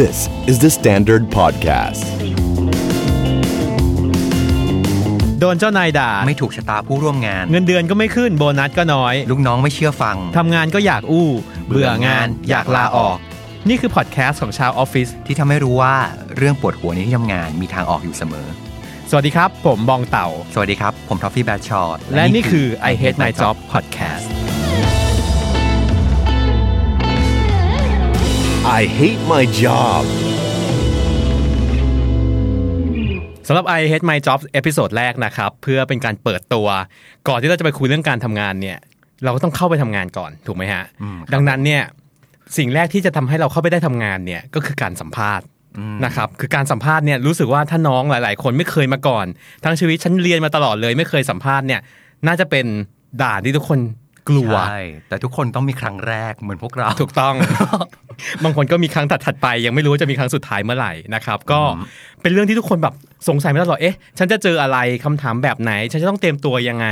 This is the Standard Podcast. โดนเจ้านายด่า ไม่ถูกชะตาผู้ร่วมงาน เงินเดือนก็ไม่ขึ้นโบนัสก็น้อย ลูกน้องไม่เชื่อฟัง ทำงานก็อยากอู้ เบื่ เบื่ออางงาน น อยากลาออก นี่คือพอดแคสต์ของชาวออฟฟิศ ที่ทำให้รู้ว่าเรื่องปวดหัวในที่ทำงานมีทางออกอยู่เสมอ สวัสดีครับ ผมบองเต่า สวัสดีครับ ผมทอฟฟี่แบชชอร์ และนี่คือ I Hate My Job Podcast I hate my job. สำหรับ I Hate My Job เอพิโซดแรกนะครับ เพื่อเป็นการเปิดตัว ก่อนที่เราจะไปคุยเรื่องการทำงานเนี่ย เราก็ต้องเข้าไปทำงานก่อนถูกไหมฮะ ดังนั้นเนี่ยสิ่งแรกที่จะทำให้เราเข้าไปได้ทำงานเนี่ยก็คือการสัมภาษณ์นะครับ คือการสัมภาษณ์เนี่ยรู้สึกว่าถ้าน้องหลาย ๆ คนไม่เคยมาก่อน ทั้งชีวิตฉันเรียนมาตลอดเลย ไม่เคยสัมภาษณ์เนี่ยน่าจะเป็นด่านที่ทุกคนกลัว ใช่แต่ทุกคนต้องมีครั้งแรกเหมือนพวกเรา ถูกต้อง บางคนก็มีครั้งถัดถัดๆไป ยังไม่รู้ว่าจะมีครั้งสุดท้ายเมื่อไหร่นะครับ ก็เป็นเรื่องที่ทุกคนแบบสงสัยมาตลอดเอ๊ะ ฉันจะเจออะไรคำถามแบบไหน ฉันจะต้องเตรียมตัวยังไง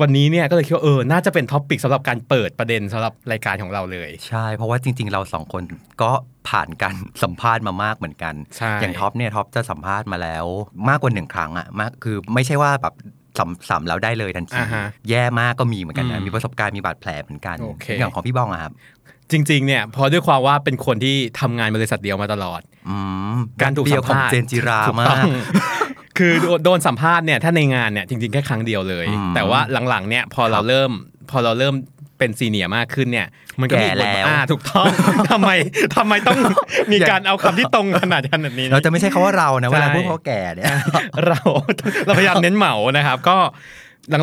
วันนี้เนี่ยก็เลยคิดว่าเออน่าจะเป็นท็อปิกสำหรับการเปิดประเด็นสำหรับรายการของเราเลย ใช่ เพราะว่าจริง ๆ เราสองคนก็ผ่านการ สัมภาษณ์มามากเหมือนกัน ใช่ อย่างท็อปเนี่ยท็อปจะสัมภาษณ์มาแล้วมากกว่าหนึ่งครั้งอะมากคือไม่ใช่ว่าแบบสัมสามแล้วได้เลยทันที อ่าฮะ แย่มากก็มีเหมือนกันนะ อืม มีประสบการณ์มีบาดแผลเหมือนกัน โอเค อย่างของพี่บ้องอะครับ จริง ๆ เนี่ยเพอด้วยความว่าเป็นคนที่ทำงานบริษัทเดียวมาตลอด อืม การถูก เดี สั ว ม ของ ภาษณ์ เจนจิรา ถูก มา ต้อก งคือ โดนโดนสัมภาษณ์เนี่ยถ้าในงานเนี่ยจริงๆแค่ครั้งเดียวเลย อืม แต่ว่าหลังๆเนี่ยพอเราเริ่มพอเราเริ่มเป็นซีเนียร์มากขึ้นเนี่ย มันก็มี แก่แล้ว บทบาทอ่าถูกต้อง ทำไมทำไมต้อง มีการเอาคำที่ตรงขนาดขนาดนี้ เราจะไม่ใช่คาว่าเรานะเวลา ใช่ พูดเขาแก่เนี่ย เราเราพยายามเน้นเหมานะครับ ก็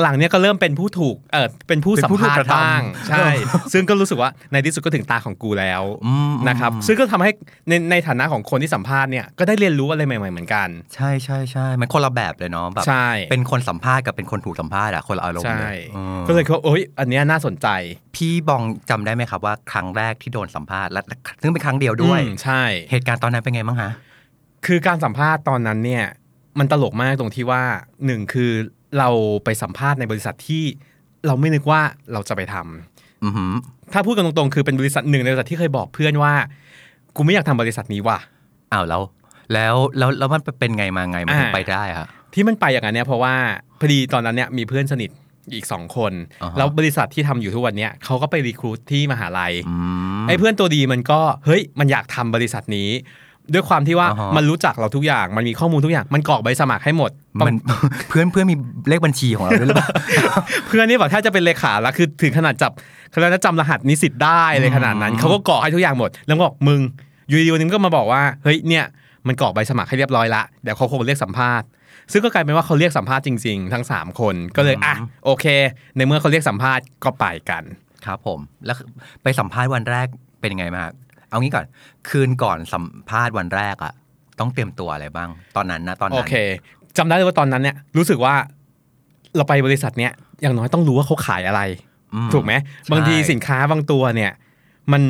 หลังๆเนี่ยก็เริ่มเป็นผู้ถูกเออเป็นผู้สัมภาษ เป็นผู้ถูกก ณ์ ระทำ บ้างใช่ ซึ่งก็รู้สึกว่าในที่สุดก็ถึงตาของกูแล้ว อืม นะครับ ซึ่งก็ทำให้ในในฐานะของคนที่สัมภาษณ์เนี่ยก็ได้เรียนรู้อะไรใหม่ๆเหมือนกัน ใช่ใช่ใช่มันคนละแบบเลยเนาะแบบ ใช่ เป็นคนสัมภาษณ์กับเป็นคนถูกสัมภาษณ์อะคนละอารมณ์ ใช่ เลยอืม ก็เลยเขาโอ๊ยอันเนี้ยน่าสนใจ พี่บองจำได้ไหมครับว่าครั้งแรกที่โดนสัมภาษณ์และซึ่งเป็นครั้งเดียวด้วย อืมใช่ เหตุการณ์ตอนนั้นเป็นไงบ้างฮะ คือการสัมภาษณ์ตอนนั้นเนี่ย มันตลกมากตรงที่ว่าหนึ่งคือเราไปสัมภาษณ์ในบริษัทที่เราไม่นึกว่าเราจะไปทำ อือหือ ถ้าพูดกันตรงๆ คือเป็นบริษัทหนึ่งในบริษัทที่เคยบอกเพื่อนว่ากูไม่อยากทำบริษัทนี้ว่ะ อ้าวแล้วแล้วแล้วแล้วมันเป็นไงมาไงมันถึง อ่า ไปได้อะ ที่มันไปอย่างนั้นเนี่ยเพราะว่าพอดีตอนนั้นเนี่ยมีเพื่อนสนิทอีกสองคน อ่าฮะ แล้วบริษัทที่ทำอยู่ทุกวันเนี่ยเขาก็ไปรีครูทที่มหาลัย อืม ไอ้เพื่อนตัวดีมันก็เฮ้ยมันอยากทำบริษัทนี้ ด้วยความที่ว่า อ่าฮะ มันรู้จักเราทุกอย่าง มันมีข้อมูลทุกอย่าง มันกรอกใบสมัครให้หมด มัน เพื่อนเพื่อนมีเลขบัญชีของเราด้วยหรือเปล่า เพื่อนนี่บอกถ้าจะเป็นเลขาละคือถึงขนาดจับเขาเรียกว่าจำรหัสนิสิตได้เลยขนาดนั้น เขาก็กรอกให้ทุกอย่างหมด แล้วก็บอกมึงอยู่ดีๆวันนึงก็มาบอกว่าเฮ้ยเนี่ยมันกรอกใบสมัครให้เรียบร้อยละเดี๋ยวเขาคงเรียกสัมภาษณ์ ซึ่งก็กลายเป็นว่าเขาเรียกสัมภาษณ์จริงๆ ทั้งสามคนก็เลยอ่ะโอเค ในเมื่อเขาเรียกสัมภาษณ์ก็ไปกัน ครับผม แล้วคือไปสัมภาษณ์วันแรกเป็นยังไงมางเอางี้ก่อน คืนก่อนสัมภาษณ์วันแรกอะต้องเตรียมตัวอะไรบ้าง ตอนนั้นนะตอน โอ นั้น เคจำได้เลยว่าตอนนั้นเนี่ยรู้สึกว่าเราไปบริษัทเนี้ยอย่างน้อยต้องรู้ว่าเขาขายอะไร อืม ถูกไหมบางทีสินค้าบางตัวเนี่ย มัน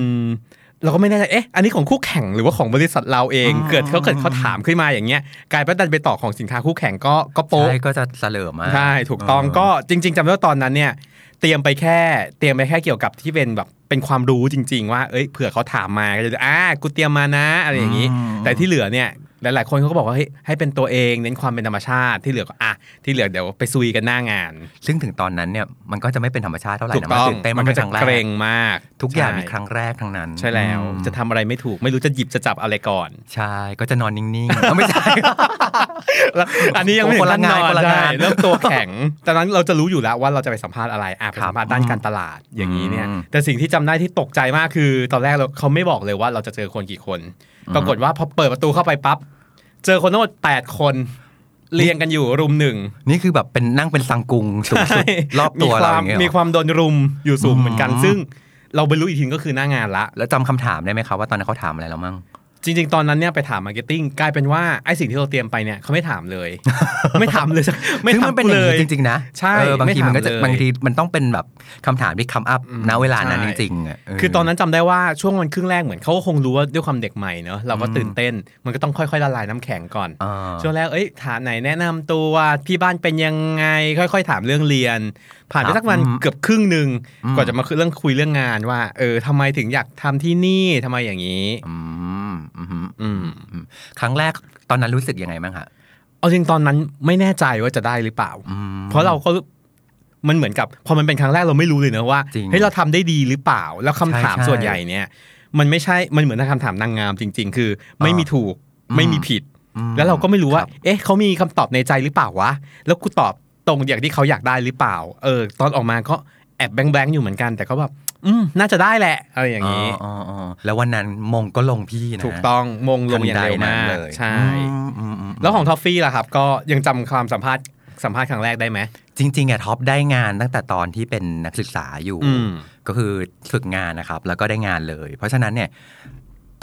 เราก็ไม่แน่ใจเอ๊ะอันนี้ของคู่แข่งหรือว่าของบริษัทเราเอง อืม เกิดเขาเกิดเขาถามขึ้นมาอย่างเงี้ยกลายเป็นดันไปต่อของสินค้าคู่แข่งก็ก็โป๊ะ ใช่ก็จะเสลิมมา ใช่ถูกต้องก็จริง ๆจำได้ว่าตอนนั้นเนี่ย เตรียมไปแค่เตรียมไปแค่เกี่ยวกับที่เป็นแบบเป็นความรู้จริง ๆ ว่าเอ้ยเผื่อเขาถามมาก็จะอ่ากูเตรียมมานะอะไรอย่างงี้ แต่ที่เหลือเนี่ยหลายๆคนเขาก็บอกว่าเฮ้ยให้เป็นตัวเองเน้นความเป็นธรรมชาติที่เหลือก็อ่ะที่เหลือเดี๋ยวไปซุยกันหน้างาน ซึ่งถึงตอนนั้นเนี่ยมันก็จะไม่เป็นธรรมชาติเท่าไหร่ ถู นะ ก มั ต้อง ตื่นเต้น มันก็ เป็ จะ ครั้งแร เกรงมาก ทุกอย่าง ใช่ มีครั้งแรกทั้งนั้น ใช่แล้ว อืม จะทำอะไรไม่ถูกไม่รู้จะหยิบจะจับอะไรก่อน ใช่ก็จะนอนนิ่งๆเอาไม่ใช่ แล้วอันนี้ยังไม่ถึงขั้นนอ คนละงานคน นละงาน ใช่เริ่มตัวแข็งตอนนั้นเราจะรู้อยู่แล้วว่าเราจะไปสัมภาษณ์อะไรอ่ะไปสัมภาษณ์ ครับ ด้านการตลาดอย่างนี้เนี่ย อืม แต่สิ่งที่จำได้ที่ตกใจมากคือ ตอนแรกเราเขาไม่บอกเลยว่าเราจะเจอคนกี่คน ปรากฏว่าพอเปิดประตูเข้าไปปั๊บเจอคนทั้งหมดแปดคน เรียงกันอยู่รุมหนึ่ง นี่คือแบบเป็นนั่งเป็นสังกุงสูงสุดรอบตัว มีค เรา วา อ ม ย่างเงี้ยเหร มี อ ความโดนรุมอยู่สูงเหมือนกัน อืม ซึ่งเราไปรู้อีกทีก็คือหน้างานละ แล้วจำคำถามได้ไหมครับว่าตอนนั้นเขาถามอะไรเรามั่ง จริง ๆ ตอนนั้นเนี่ยไปถามมาร์เก็ตติ้งกลายเป็นว่าไอ้สิ่งที่เราเตรียมไปเนี่ยเขาไม่ถามเลย ไม่ถามเลยสักไม่ ซึ่ง ถาม มันเป็นอย่าง เลย นี้จริง ๆ นะ ใช่ เออบางที ไม่ถาม มันก็จะ เลย บางทีมันต้องเป็นแบบคำถามที่คัมอัพณเวลานั้น ใช่ จริงๆะเ คือตอนนั้นจำได้ว่าช่วงวันครึ่งแรกเหมือนเขาก็คงรู้ว่าด้วยความเด็กใหม่เนอะเราก็ตื่นเต้น มันก็ต้องค่อยๆละลายน้ำแข็งก่อน อ่า ช่วงแรกเอ้ยถามไหนแนะนำตัวพี่บ้านเป็นยังไง ค่อย ๆ ถามเรื่องเรียน ผ่านไป ครับ สักวัน อืม เกือบครึ่งหนึ่ง อืม กว่าจะมาคุยเรื่องคุยเรื่องงานว่า เออทำไมถึงอยากทำที่นี่ทำไมอย่างนี้ อืม อืม ครั้งแรกตอนนั้นรู้สึกยังไงบ้างฮะ เอาจริงตอนนั้นไม่แน่ใจว่าจะได้หรือเปล่า อืม เพราะเราก็มันเหมือนกับพอมันเป็นครั้งแรกเราไม่รู้เลยนะว่า จริง เฮ้ยเราทำได้ดีหรือเปล่า แล้วคำถาม ใช่ใช่ ส่วนใหญ่เนี่ย มันไม่ใช่มันเหมือนคำถามนางงามจริง ๆ คือ ไม่มีถูก อืม ไม่มีผิด อืม แล้วเราก็ไม่รู้ว่า ครับ เอ๊ะเขามีคำตอบในใจหรือเปล่าวะแล้วกูตอบตรงอย่างที่เขาอยากได้หรือเปล่า เออ ตอนออกมาก็แอบแบงๆอยู่เหมือนกัน แต่ก็แบบอืมน่าจะได้แหละอะไรอย่างนี้ อ๋ออ๋ออ๋อแล้ววันนั้นมงก็ลงพี่นะ ถูกต้องมงลงอย่างเร็ว ทันใดนั้น มาก เลย ใช่ อืมอืมอืม แล้วของท็อฟฟี่ล่ะครับ ก็ยังจำความสัมภาษณ์สัมภาษณ์ครั้งแรกได้ไหม จริงๆอะท็อปได้งานตั้งแต่ตอนที่เป็นนักศึกษาอยู่ อืม ก็คือฝึกงานนะครับ แล้วก็ได้งานเลย เพราะฉะนั้นเนี่ย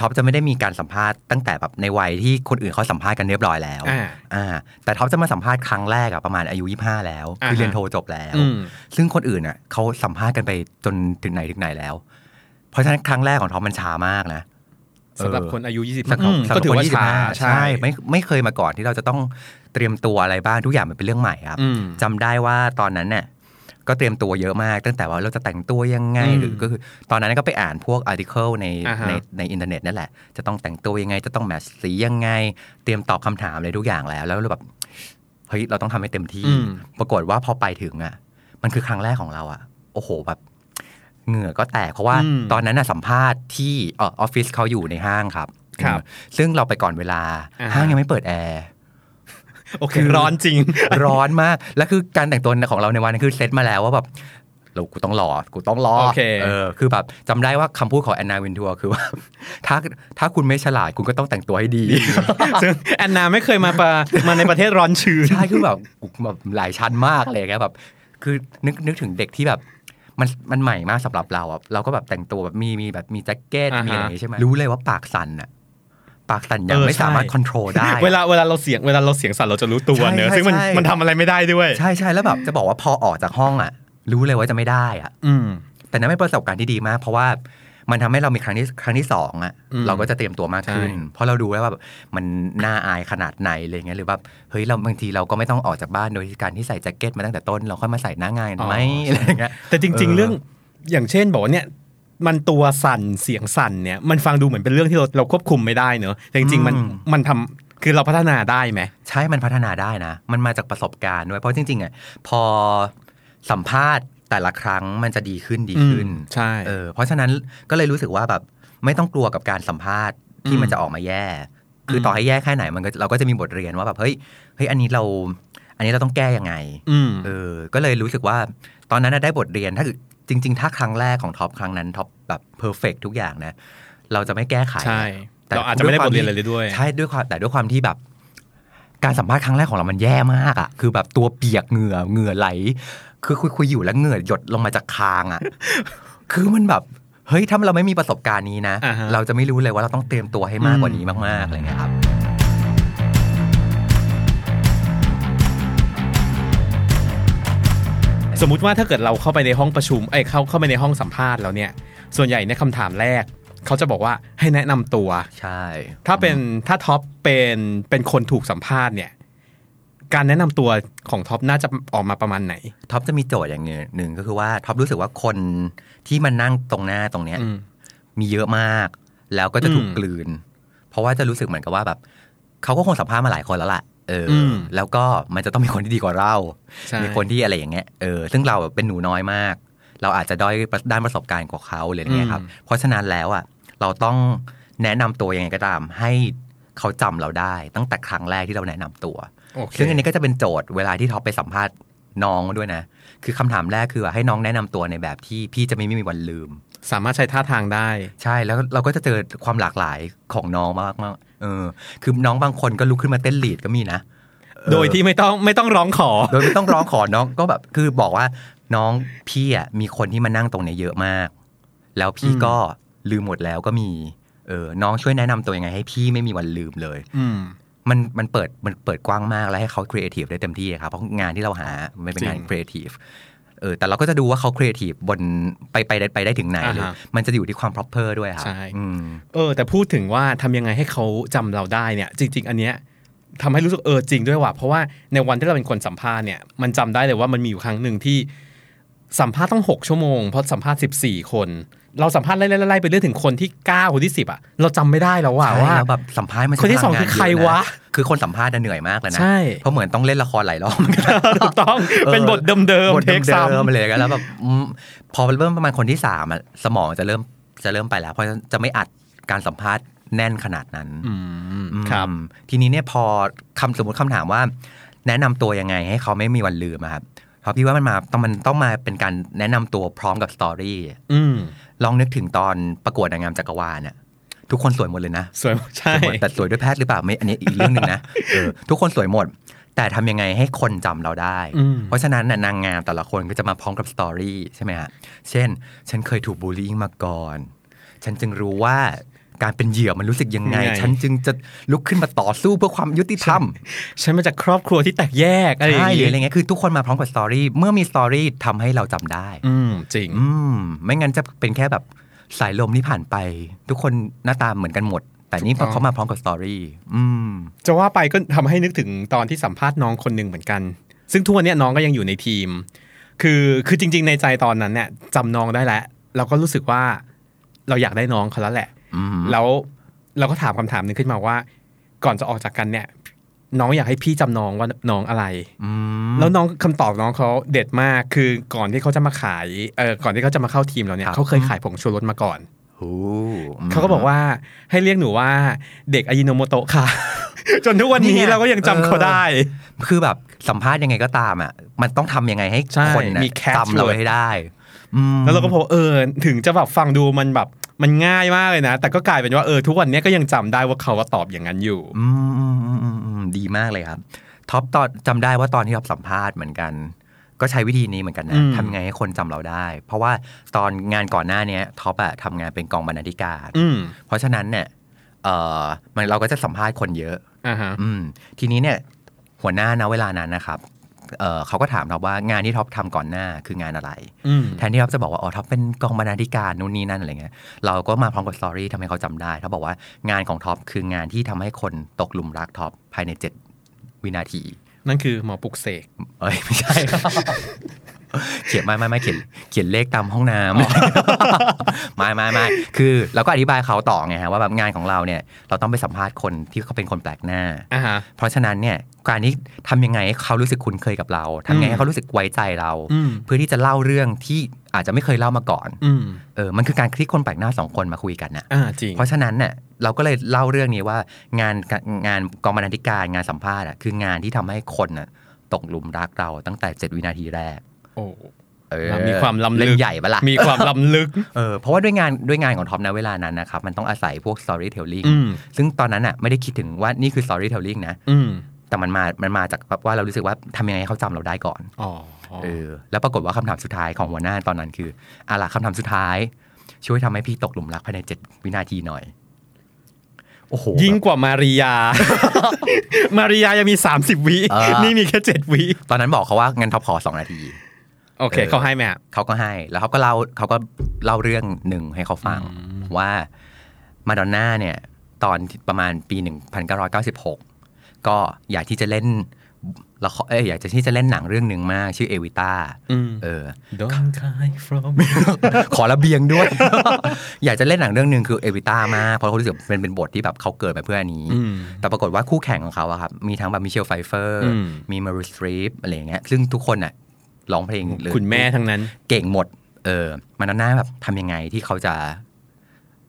ท็อปจะไม่ได้มีการสัมภาษณ์ตั้งแต่แบบในวัยที่คนอื่นเขาสัมภาษณ์กันเรียบร้อยแล้ว อ่า อ่าแต่ท็อปจะมาสัมภาษณ์ครั้งแรกอะประมาณอายุ 25 แล้ว คือ่าอฮะ เรียนโทจบแล้ว อืม ซึ่งคนอื่นอะเขาสัมภาษณ์กันไปจนถึงไหนถึงไหนแล้ว เพราะฉะนั้นครั้งแรกของท็อปมันช้ามากนะ สำหรับคนอายุ สำห 20 รับ ม สำห ก็ รับ ถือ คน ว่า ที่ ช้า 25ใช่ไม่ไม่เคยมาก่อนที่เราจะต้องเตรียมตัวอะไรบ้างทุกอย่างมันเป็นเรื่องใหม่ครับ อืม จำได้ว่าตอนนั้นเนี่ยก็เตรียมตัวเยอะมากตั้งแต่ว่าเราจะแต่งตัวยังไง อืม หรือก็คือ ตอนนั้นก็ไปอ่านพวกอาร์ติเคิลใน อ่าฮะ ในในอินเทอร์เน็ตนั่นแหละ จะต้องแต่งตัวยังไง จะต้องแมทสียังไง เตรียมตอบคำถามอะไรทุกอย่างแล้ว แล้วเราแบบเฮ้ยเราต้องทำให้เต็มที่ อืม ปรากฏว่าพอไปถึงอ่ะ มันคือครั้งแรกของเราอ่ะ โอ้โหแบบ เหงื่อก็แตกเพราะว่า อืม ตอนนั้นน่ะสัมภาษณ์ที่เออออฟฟิศเขาอยู่ในห้างครับ ครับ อืมซึ่งเราไปก่อนเวลา อ่าฮะ ห้างยังไม่เปิดแอร์ โอเค คือ ร้อน จริง ร้อนมาก แล้วคือการแต่งตัวของเราในวันนั้นคือเซตมาแล้วว่าแบบเรากูต้องรอ กูต้องรอ โอเค เออ คือแบบจำได้ว่าคำพูดของแอนนาวินทัวร์คือว่า ถ้าถ้าคุณไม่ฉลาดคุณก็ต้องแต่งตัวให้ดี ซึ่งแอนนาไม่เคยมา ปะมาในประเทศร้อนชื้น ใช่ คือแบบ กูแบบหลายชั้นมากอะไรอย่างเงี้ยแบบ คือนึกนึกถึงเด็กที่แบบ มันมันใหม่มากสำหรับเราอะเราก็แบบแต่งตัวแบบมีมีแบบมีแจ็คเก็ต อ่าฮะ มีอะไรอย่างงี้ใช่ไหมรู้เลยว่าปากสั่นอะปากสั่นยัง เออ ไม่สามารถ ใช่ ค o n t r o l ได้อะ เวลาเวลาเราเสียงเวลาเราเสียงสั่นเราจะรู้ตัว ใช่ เนอะ ใช่ ซึ่งมัน ใช่ มันทำอะไรไม่ได้ด้วย ใช่ใช่แล้วแบบจะบอกว่าพอออกจากห้องอะรู้เลยว่าจะไม่ได้อะ อืม แต่นั้นเป็นประสบการณ์ที่ดีมาก เพราะว่ามันทำให้เรามีครั้งที่ครั้งที่สองอะ อืม เราก็จะเตรียมตัวมากขึ้น ใช่ เพราะเราดูแล้วว่าแบบมันน่าอายขนาดไหนอะไรเงี้ยหรือว่าเฮ้ยเราบางทีเราก็ไม่ต้องออกจากบ้านโดยการที่ใส่แจ็คเก็ตมาตั้งแต่ต้น เราค่อยมาใส่หน้างานกันไหมอะไรเงี้ย แต่จริง เอ ๆ อ เรื่องอย่างเช่นบอกว่าเนี่ยมันตัวสั่นเสียงสั่นเนี่ยมันฟังดูเหมือนเป็นเรื่องที่เราเราควบคุมไม่ได้เนอะแต่จริง ๆ มันมันทำคือเราพัฒนาได้ไหม ใช่มันพัฒนาได้นะ มันมาจากประสบการณ์ด้วยเพราะจริงๆอะพอสัมภาษณ์แต่ละครั้งมันจะดีขึ้นดีขึ้น อืมใช่ เออเพราะฉะนั้นก็เลยรู้สึกว่าแบบไม่ต้องกลัวกับการสัมภาษณ์ที่มันจะออกมาแย่ คือต่อให้แย่แค่ไหนมันก็เราก็จะมีบทเรียนว่าแบบเฮ้ยเฮ้ยอันนี้เรา อันนี้เราต้องแก้ยังไง อืม เออก็เลยรู้สึกว่าตอนนั้นนะได้บทเรียนถ้าจริง ๆ ถ้าครั้งแรกของท็อปครั้งนั้นท็อปแบบเพอร์เฟกทุกอย่างนะ เราจะไม่แก้ไข ใช่ แต่ เราอาจจะไม่ได้บทเรียนอะไรเลยด้วย ใช่ด้วยความแต่ด้วยความที่แบบ การสัมภาษณ์ครั้งแรกของเรามันแย่มากอะคือแบบตัวเปียกเหงื่อเหงื่อไหล คือคุยคุยอยู่แล้วเหงื่อหยดลงมาจากคาง อะ คือมันแบบ เฮ้ยถ้าเราไม่มีประสบการณ์นี้นะ อ่าฮะ เราจะไม่รู้เลยว่าเราต้องเตรียมตัวให้มากกว่านี้มากๆอะไรเงี้ยครับ สมมุติว่าถ้าเกิดเราเข้าไปในห้องประชุม เอ้ยเข้าเข้าไปในห้องสัมภาษณ์แล้วเนี่ย ส่วนใหญ่ในยคำถามแรก เขาจะบอกว่าให้แนะนำตัว ใช่ ถ้าเป็นถ้าท็อปเป็นเป็นคนถูกสัมภาษณ์เนี่ย การแนะนำตัวของท็อปน่าจะออกมาประมาณไหน ท็อปจะมีโจทย์อย่างหนึ่งหนึ่งก็คือว่าท็อปรู้สึกว่าคนที่มันนั่งตรงหน้าตรงเนี้ย อืม มีเยอะมาก แล้วก็จะถูก อืม กลืน เพราะว่าจะรู้สึกเหมือนกับว่าแบบเขาก็คงสัมภาษณ์มาหลายคนแล้วล่ะเอออ ม แล้วก็มันจะต้องมีคนที่ดีกว่าเรา ใช่ มีคนที่อะไรอย่างเงี้ยเออซึ่งเราแบบเป็นหนูน้อยมาก เราอาจจะด้อยด้านประสบการณ์กว่าเขาเลยางเนี่ยครับ อืม เพราะฉะนั้นแล้วอ่ะเราต้องแนะนำตัวยังไงก็ตาม ให้เขาจำเราได้ ตั้งแต่ครั้งแรกที่เราแนะนำตัว โอเค ซึ่งอันนี้ก็จะเป็นโจทย์เวลาที่ท็อปไปสัมภาษณ์น้องด้วยนะ คือคำถามแรกคือให้น้องแนะนำตัวในแบบที่พี่จะไม่ไม่มีวันลืม สามารถใช้ท่าทางได้ ใช่แล้วเราก็จะเจอความหลากหลายของน้องมากมากๆเออ คือน้องบางคนก็ลุกขึ้นมาเต้นลีดก็มีนะเออ โดยที่ไม่ต้องไม่ต้องร้องขอ โดยไม่ต้องร้องขอน้องก็แบบคือบอกว่าน้องพี่อ่ะมีคนที่มานั่งตรงเนี้ยเยอะมาก แล้วพี่ อืม ก็ลืมหมดแล้วก็มีเออน้องช่วยแนะนำตัวยังไงให้พี่ไม่มีวันลืมเลย อืม มันมันเปิดมันเปิดกว้างมากแล้วให้เขาครีเอทีฟได้เต็มที่อะครับเพราะงานที่เราหามันเป็นงาน จริง ครีเอทีฟเออแต่เราก็จะดูว่าเขาครีเอทีฟบนไปไปได้ไปได้ถึงไหน อ่าฮะ เลยมันจะอยู่ที่ความ proper ด้วยครับ ใช่ อืม เออ แต่พูดถึงว่าทำยังไงให้เขาจำเราได้เนี่ย จริง ๆ อันเนี้ยทำให้รู้สึกเออจริงด้วยว่ะเพราะว่าในวันที่เราเป็นคนสัมภาษณ์เนี่ยมันจำได้เลยว่ามันมีอยู่ครั้งหนึ่งที่ สัมภาษณ์ต้อง 6 ชั่วโมง เพราะสัมภาษณ์ 14 คน เราสัมภาษณ์ไล่ๆๆไปเรื่อยถึงคนที่ 9 คนที่ 10 อ่ะ เราจำไม่ได้แล้วว่า ใช่ ว่า แล้วแบบสัมภาษณ์มัน คนที่สอง พลังา คือใคร เยน วะ คือคนสัมภาษณ์น่ะเหนื่อยมากเลยนะ ใช่ เพราะเหมือนต้องเล่นละครหลายรอบเหมือนกัน ถูกต้องเป็นบทเดิม บท ๆเทคซ้ ดิมๆอะไรอย่างเงี้ยแล้วแบบอืมพอเริ่มประมาณคนที่สามอะสมองจะเริ่มจะเริ่มไปแล้ว เพราะจะไม่อัดการสัมภาษณ์แน่นขนาดนั้นอืม ำครับ ทีนี้เนี่ยพอคำสมมติคำถามว่า แนะนำตัวยังไงให้เขาไม่มีวันลืมอะครับเพราะพี่ว่ามันมาต้องมันต้องมาเป็นการแนะนำตัวพร้อมกับสตอรี่ อืม ลองนึกถึงตอนประกวดนางงามจักรวาลน่ะทุกคนสวยหมดเลยนะ สวยใช่ สวยหมดแต่สวยด้วยแพทย์หรือเปล่าไม่อันนี้อีกเรื่องหนึ่ งนะ เออทุกคนสวยหมด แต่ทำยังไงให้คนจำเราได้ อืม เพราะฉะนั้นน่ะนางงามแต่ละคนก็จะมาพร้อมกับสตอรี่ใช่ไหมฮะเช่น ฉันเคยถูกบูลลี่มาก่อน ฉันจึงรู้ว่าการเป็นเหยื่อมันรู้สึกยังไง ฉันจึงจะลุกขึ้นมาต่อสู้เพื่อความยุติธรรม ฉันมาจากครอบครัวที่แตกแยกอะไรอย่าง ใช่หรือ งี้ อะไรเงี้ยคือทุกคนมาพร้อมกับสตอรี่เมื่อมีสตอรี่ทำให้เราจำได้ อืมจริง อืมไม่งั้นจะเป็นแค่แบบสายลมที่ผ่านไป ทุกคนหน้าตาเหมือนกันหมด แต่นี่พอเขามาพร้อมกับสตอรี่อืม จะว่าไปก็ทำให้นึกถึงตอนที่สัมภาษณ์น้องคนหนึ่งเหมือนกัน ซึ่งทุกวันเนี้ยน้องก็ยังอยู่ในทีม คือคือจริง ๆ ในใจตอนนั้นเนี่ยจำน้องได้แล้วเราก็รู้สึกว่าเราอยากได้น้องเขาแล้วแหละ อืม แล้วเราก็ถามคำถามหนึงขึ้นมาว่า ก่อนจะออกจากกันเนี่ย น้องอยากให้พี่จำน้องว่าน้องอะไร อืม แล้วน้องคำตอบน้องเขาเด็ดมากคือก่อนที่เขาจะมาขายเออก่อนที่เขาจะมาเข้าทีมเราเนี่ย ครับ เขาเคยขายผงชูรสมาก่อน โอ้ม เขาก็บอกว่าให้เรียกหนูว่าเด็กอายิโนโมโตะ ค่ะ จนทุกวันนี้ เนี่ย เราก็ยังจำเขาได้ คือแบบสัมภาษณ์ยังไงก็ตามอ่ะ มันต้องทำยังไงให้ ใช่ คนน่ะ มี catch จำเรา เลย ให้ได้อืม แล้วเราก็พบว่าเออถึงจะแบบฟังดูมันแบบมันง่ายมากเลยนะ แต่ก็กลายเป็นว่าเออทุกวันนี้ก็ยังจำได้ว่าเขาว่าตอบอย่างนั้นอยู่ อืมอืมอืมอืมอืมดีมากเลยครับท็อปตอนจำได้ว่าตอนที่ท็อปสัมภาษณ์เหมือนกัน ก็ใช้วิธีนี้เหมือนกัน อื นะ ม ทำยังไงให้คนจำเราได้ เพราะว่าตอนงานก่อนหน้าเนี้ยท็อปอะทำงานเป็นกองบรรณาธิการ อืม เพราะฉะนั้นเนี่ยเออมันเราก็จะสัมภาษณ์คนเยอะ อ่าฮะ อืมทีนี้เนี่ยหัวหน้านะเวลานั้นนะครับเอ่อเขาก็ถามท็อปว่างานที่ท็อปทำก่อนหน้าคืองานอะไร อืม แทนที่ท็อปจะบอกว่าอ๋อท็อปเป็นกองบรรณาธิการนู่นนี่นั่นอะไรเงี้ยเราก็มาพร้อมกับสตอรี่ทำให้เขาจำได้ท็อปบอกว่างานของท็อปคืองานที่ทำให้คนตกหลุมรักท็อปภายใน 7 วินาที นั่นคือหมอปลุกเสก เอ้ยไม่ใช่ เขียนไม่ไม่ไม่เขียนเขียนเลขตามห้องน้ำ ไม่ไม่ไม่คือเราก็อธิบายเขาต่อไงฮะว่าแบบงานของเราเนี่ยเราต้องไปสัมภาษณ์คนที่เขาเป็นคนแปลกหน้า อ่าฮะ เพราะฉะนั้นเนี่ยการนี้ทำยังไงให้เขารู้สึกคุ้นเคยกับเราทำยังไงให้เขารู้สึกไว้ใจเรา อืม เพื่อที่จะเล่าเรื่องที่อาจจะไม่เคยเล่ามาก่อน อืม เออมันคือการที่คนแปลกหน้าสองคนมาคุยกันนะ อ่าจริง เพราะฉะนั้นเนี่ยเราก็เลยเล่าเรื่องนี้ว่างานงานกองบรรณาธิการงานสัมภาษณ์อะคืองานที่ทำให้คนน่ะตกหลุมรักเราตั้งแต่ 7 วินาทีแรก โอ้ เออ มีความล้ำ เล่ ลึกนใหญ่ปะล่ะ มีความล้ำลึก เออเพราะว่าด้วยงานด้วยงานของท็อปนะเวลานั้นนะครับมันต้องอาศัยพวก storytelling อืม ซึ่งตอนนั้นอ่ะไม่ได้คิดถึงว่านี่คือ storytelling นะ อืม แต่มันมา มันมาจากแบบว่าเรารู้สึกว่าทำยังไงให้เขาจำเราได้ก่อน อ๋อ เออ แล้วปรากฏว่าคำถามสุดท้ายของหัวหน้าตอนนั้นคืออะล่ะคำถามสุดท้าย ช่วยทำให้พี่ตกหลุมรักภายในเจ็ดวินาทีหน่อย โอ้โห ยิ่ง แบบ กว่ามาริ ยา มาริยายังมี 30 วิ เออ นี่มีแค่เจ็ดวิ ตอนนั้นบอกเขาว่างั้นท็อปขอสองนาที โอเค เออ เขาให้ไหมอะ เขาก็ให้ แล้วเขาก็เล่าเขาก็เล่าเรื่องหนึ่งให้เขาฟัง ว่ามาดอนน่าเนี่ย ตอนประมาณปี 1996 ก็อยากที่จะเล่นละครเอ้ยอยากจะที่จะเล่นหนังเรื่องหนึ่งมาก ชื่อเอวิต้า อืม เออ Don't cry from ขอระเบียงด้วย อยากจะเล่นหนังเรื่องหนึ่งคือเอวิต้ามากเพราะเขารู้สึกเป็นเป็นบทที่แบบเขาเกิดมาเพื่ออันนี้ อืม แต่ปรากฏว่าคู่แข่งของเขาอะครับ มีทั้งแบบมิเชลไฟเฟอร์ อืม มีมารูสตรีปอะไรอย่างเงี้ยซึ่งทุกคนอะร้องเพลงหรือ คุณแม่ทั้งนั้น เก่งหมด เออมันน่าแบบทำยังไงที่เขาจะ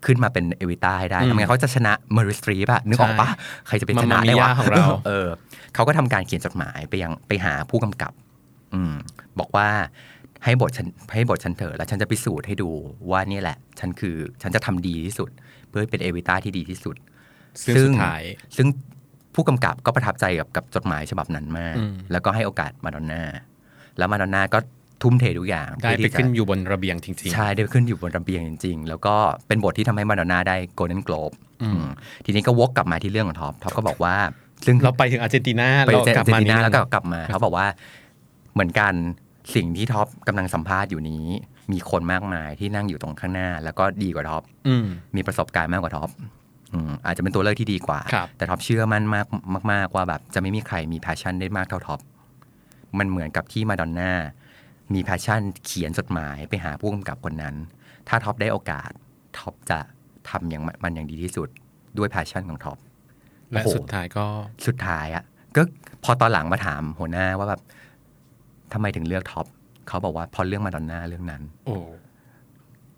ขึ้นมาเป็นเอวิต้าให้ได้ อืม ทำไงเขาจะชนะมารูสตรีปอะนึกออกปะใครจะเป็นชนะ มัมมามิ ได้วะ ยาของเรา เออเขาก็ทำการเขียนจดหมายไปยังไปหาผู้กำกับ อืมบอกว่าให้บทฉันให้บทฉันเถอะแล้วฉันจะพิสูจน์ให้ดูว่านี่แหละ ฉันคือฉันจะทำดีที่สุด เพื่อให้เป็นเอวิต้าที่ดีที่สุด ซึ่งสุดท้าย ซึ่งผู้กำกับก็ประทับใจกับกับจดหมายฉบับนั้นมาก อืม แล้วก็ให้โอกาสมาดอนน่าแล้วมาดอนน่าก็ทุ่มเททุกอย่าง ได้ไป เพื่อที่จะ ขึ้นอยู่บนระเบียงจริง ใช่ได้ขึ้นอยู่บนระเบียงจริง ๆ แล้วก็เป็นบทที่ทำให้มาดอนน่าได้โกลเด้นโกลบทีนี้ก็วกกลับมาที่เรื่องของท็อปท็อปก็บอกว่า ซึ่ง ๆ เราไปถึงอาร์เจนตินา ไป เรา เจอกกั ลั บบ มา จีน่า ดง แล้วก็กลับมาเขาบอกว่าเหมือนกันสิ่งที่ท็อปกำลังสัมภาษณ์อยู่นี้ มีคนมากมายที่นั่งอยู่ตรงข้างหน้า แล้วก็ดีกว่าท็อป อืม มีประสบการณ์มากกว่าท็อปอืมอาจจะเป็นตัวเลือกที่ดีกว่า ครับ แต่ท็อปเชื่อมั่นมากมากมากว่าแบบจะไม่มีใครมีแพชชั่นได้มากเท่าท็อปมันเหมือนกับที่มาดอนน่า มีแพชชั่นเขียนจดหมายไปหาผู้กำกับคนนั้น ถ้าท็อปได้โอกาสท็อปจะทำอย่างมันอย่างดีที่สุดด้วยแพชชั่นของท็อป และ โอ้โห สุดท้ายก็ สุดท้ายอะก็พอตอนหลังมาถามหัวหน้าว่าแบบทำไมถึงเลือกท็อปเขาบอกว่าเพอเรื่องมาดอนน่าเรื่องนั้น โอ้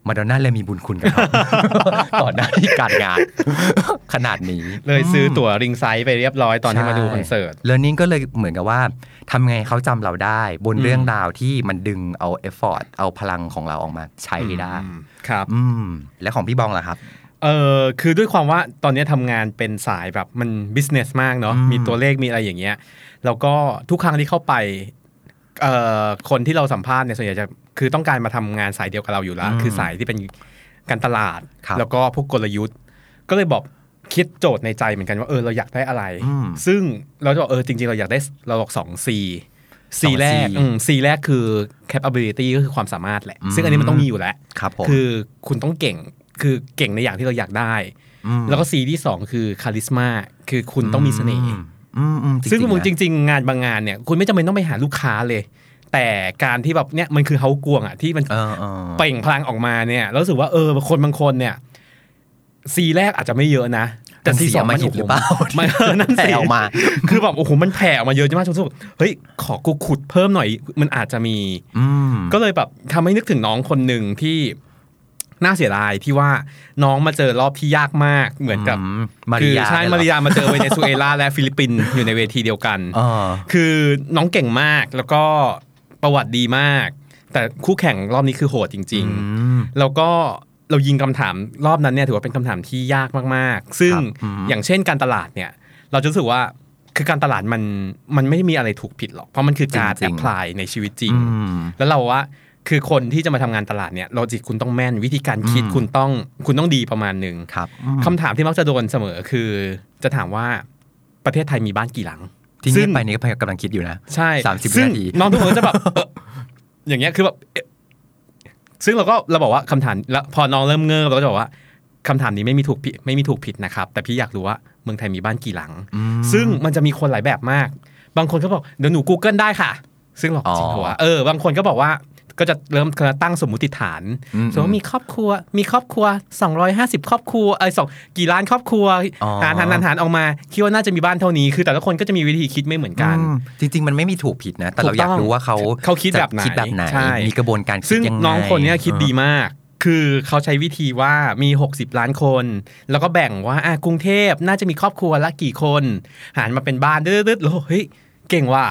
มาดอนน่าเลยมีบุญคุณกับ ท็อป ก่อนหน้าที่การงาน ขนาดนี้ เลยซื้อตั๋วริงไซส์ไปเรียบร้อยตอนที่มาดูคอนเสิร์ต เลิร์นนิ่งก็เลยเหมือนกับว่าทำไงเขาจำเราได้ บนเรื่องราวที่มันดึงเอาเอฟฟอร์ตเอาพลังของเราออกมาใช้ได้ ครับ อืม และของพี่บองล่ะครับ เออคือด้วยความว่าตอนนี้ทำงานเป็นสายแบบมันบิสเนสมากเนาะ อืม มีตัวเลขมีอะไรอย่างเงี้ยแล้วก็ทุกครั้งที่เข้าไปเอ่อคนที่เราสัมภาษณ์เนี่ยส่วนใหญ่จะคือต้องการมาทำงานสายเดียวกับเราอยู่แล้ว อืม คือสายที่เป็นการตลาด ครับ แล้วก็พวกกลยุทธ์ ก็เลยบอกคิดโจทย์ในใจเหมือนกันว่าเออเราอยากได้อะไร อืม ซึ่งเราจะบอกเออจริง ๆ เราอยากได้เราบอกสองซี ส ซี อง C แรกอืมซีแรกคือ capability ก็คือความสามารถแหละซึ่งอันนี้มันต้องมีอยู่แล้ว ครับผม คือคุณต้องเก่งคือเก่งในอย่างที่เราอยากได้ ม แล้วก็ซีที่สองคือคาลิสมาคือคุณต้องมีเสน่ห์ อืมอืมๆ ซึ่ง ๆ มึง นะ จริง ๆ งานบางงานเนี่ย คุณไม่จำเป็นต้องไปหาลูกค้าเลย แต่การที่แบบเนี่ยมันคือเฮากวงอ่ะที่มัน เออเออ เปล่งพลังออกมาเนี่ยแล้วรู้สึกว่าเออคนบางคนเนี่ยซีแรกอาจจะไม่เยอะนะ แต่ซีสองมัน เสียมาหินหรือเปล่า ไม่เออนั่น แผ่ สิ ออกมา คือแบบโอ้โหมันแผ่ออกมาเยอะจังมากจนรู้สึกเฮ้ยขอกูขุดเพิ่มหน่อยมันอาจจะมี อืม ก็เลยแบบทำให้นึกถึงน้องคนหนึ่งที่น่าเสียดายที่ว่าน้องมาเจอรอบที่ยากมากเหมือนกับ อืมมาริ คือย า ใช่ เนี่ยเหรอ มาริยามาเจอเวเนซุเอ ลา และฟิลิปปินส์อยู่ในเวทีเดียวกัน เออ คือน้องเก่งมากแล้วก็ประวัติดีมาก แต่คู่แข่งรอบนี้คือโหดจริง อืม ๆ แล้วก็เรายิงคำถามรอบนั้นเนี่ยถือว่าเป็นคำถามที่ยากมากๆ ซึ่ง ครับอืม อย่างเช่นการตลาดเนี่ยเราจะรู้สึกว่าคือการตลาดมันมันไม่มีอะไรถูกผิดหรอกเพราะมันคือการแอพพลายในชีวิตจริง อืม แล้วเราว่าคือคนที่จะมาทำงานตลาดเนี่ยโลจิกคุณต้องแม่นวิธีการคิด อืม คุณต้องคุณต้องดีประมาณหนึ่ง ครับอืม คำถามที่มักจะโดนเสมอคือ จะถามว่าประเทศไทยมีบ้านกี่หลัง ที่ ซึ่ นี่ ง ไปนี่ก็กำลังคิดอยู่นะ ใช่ 30 ซึ่ง วินาที น้องทุกคน ก็จะแบบเอ่ออย่างเงี้ยคือแบบเอ๊ะซึ่งเราก็เราบอกว่าคำถามแล้วพอน้องเริ่มเงิบเราก็จะบอกว่าคำถามนี้ไม่มีถูกผิดไม่มีถูกผิดนะครับ แต่พี่อยากรู้ว่าเมืองไทยมีบ้านกี่หลัง อืม ซึ่งมันจะมีคนหลายแบบมาก บางคนก็บอกเดี๋ยวหนู Google ได้ค่ะ ซึ่งหรอก อ๋อ จริงเหรอวะเออบางคนก็บอกว่าก็จะเริ่มตั้งสมมติฐาน อืม สมมติว่ามีครอบครัว มีครอบครัว 250 ครอบครัวไอ้ยสองกี่ล้านครอบครัว อ๋อ หารหารหารหารออกมาคิดว่าน่าจะมีบ้านเท่านี้คือแต่ละคนก็จะมีวิธีคิดไม่เหมือนกัน อืมจริง ๆ มันไม่มีถูกผิดนะ แต่เรา ถูก อ ต้ ยา อง กรู้ว่าเขา เขาคิดแบบไหน จะคิดแบบไหน ใช่ มีกระบวนการคิด ซึ่ง ยัไ น้องคนเนี้ยคิดดีมาก คือเขาใช้วิธีว่ามี 60 ล้านคน แล้วก็แบ่งว่าอ่ะกรุงเทพน่าจะมีครอบครัวละกี่คน หารมาเป็นบ้านดืดๆแล้วเฮ้ย เก่งว่ะ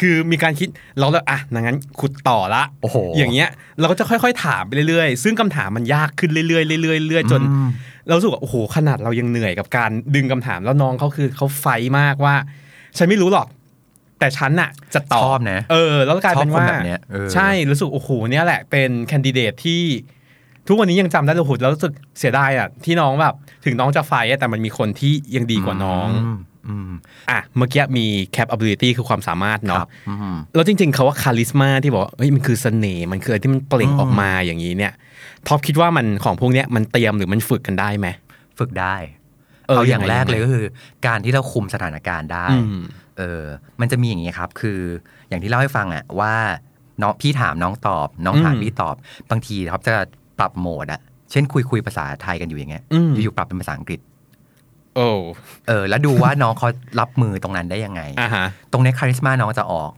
คือมีการคิดเราแล้วอ่ะงั้นขุดต่อละ โอ้โห อย่างเงี้ยเราก็จะค่อยๆ ถามไปเรื่อยๆ ซึ่งคำถามมันยากขึ้นเรื่อยๆเรื่อยๆเรื่อยๆจน อืม เรารู้สึกว่าโอ้โหขนาดเรายังเหนื่อยกับการดึงคำถามแล้วน้องเขาคือเขาไฟท์มากว่า ฉันไม่รู้หรอก แต่ฉันน่ะ จะตอบ ชอบนะ เออ แล้วกลายเป็นว่า ชอบคนแบบเนี้ยเออ ใช่รู้สึกโอ้โหเนี่ยแหละเป็นแคนดิเดตที่ ทุกวันนี้ยังจำได้เลยโอ้โหแล้วรู้สึกเสียดายอ่ะที่น้องแบบ ถึงน้องจะไฟท์อะแต่มันมีคนที่ยังดีกว่าน้อง มอืม อ่ะเมื่อกี้มี capability คือความสามารถ ค เนาะ รับอืม แล้วจริงๆ เขาว่าคาลิสมาที่บอกว่าเฮ้ยมันคือเสน่ห์มันคืออะไรที่มันเปล่งออกมาอย่างนี้เนี่ยท็อปคิดว่ามันของพวกเนี้ยมันเตรียมหรือมันฝึกกันได้ไหม ฝึกได้ เออ เอาอย่าง ยังไง แรกเลยก็คือ การที่เราคุมสถานการณ์ได้ อืม เออ มันจะมีอย่างนี้ครับ คืออย่างที่เล่าให้ฟังอะว่าน้องพี่ถามน้องตอบ น้องถาม อืม พี่ตอบ บางทีท็อปจะปรับโหมดอะเช่นคุยคุยภาษาไทยกันอยู่อย่างเงี้ย อืม อยู่ๆปรับเป็นภาษาอังกฤษ โอ้ เออ แล้วดูว่าน้องเขารับมือตรงนั้นได้ยังไง อ่าฮะ ตรงเนี้คาริสมาน้องจะออก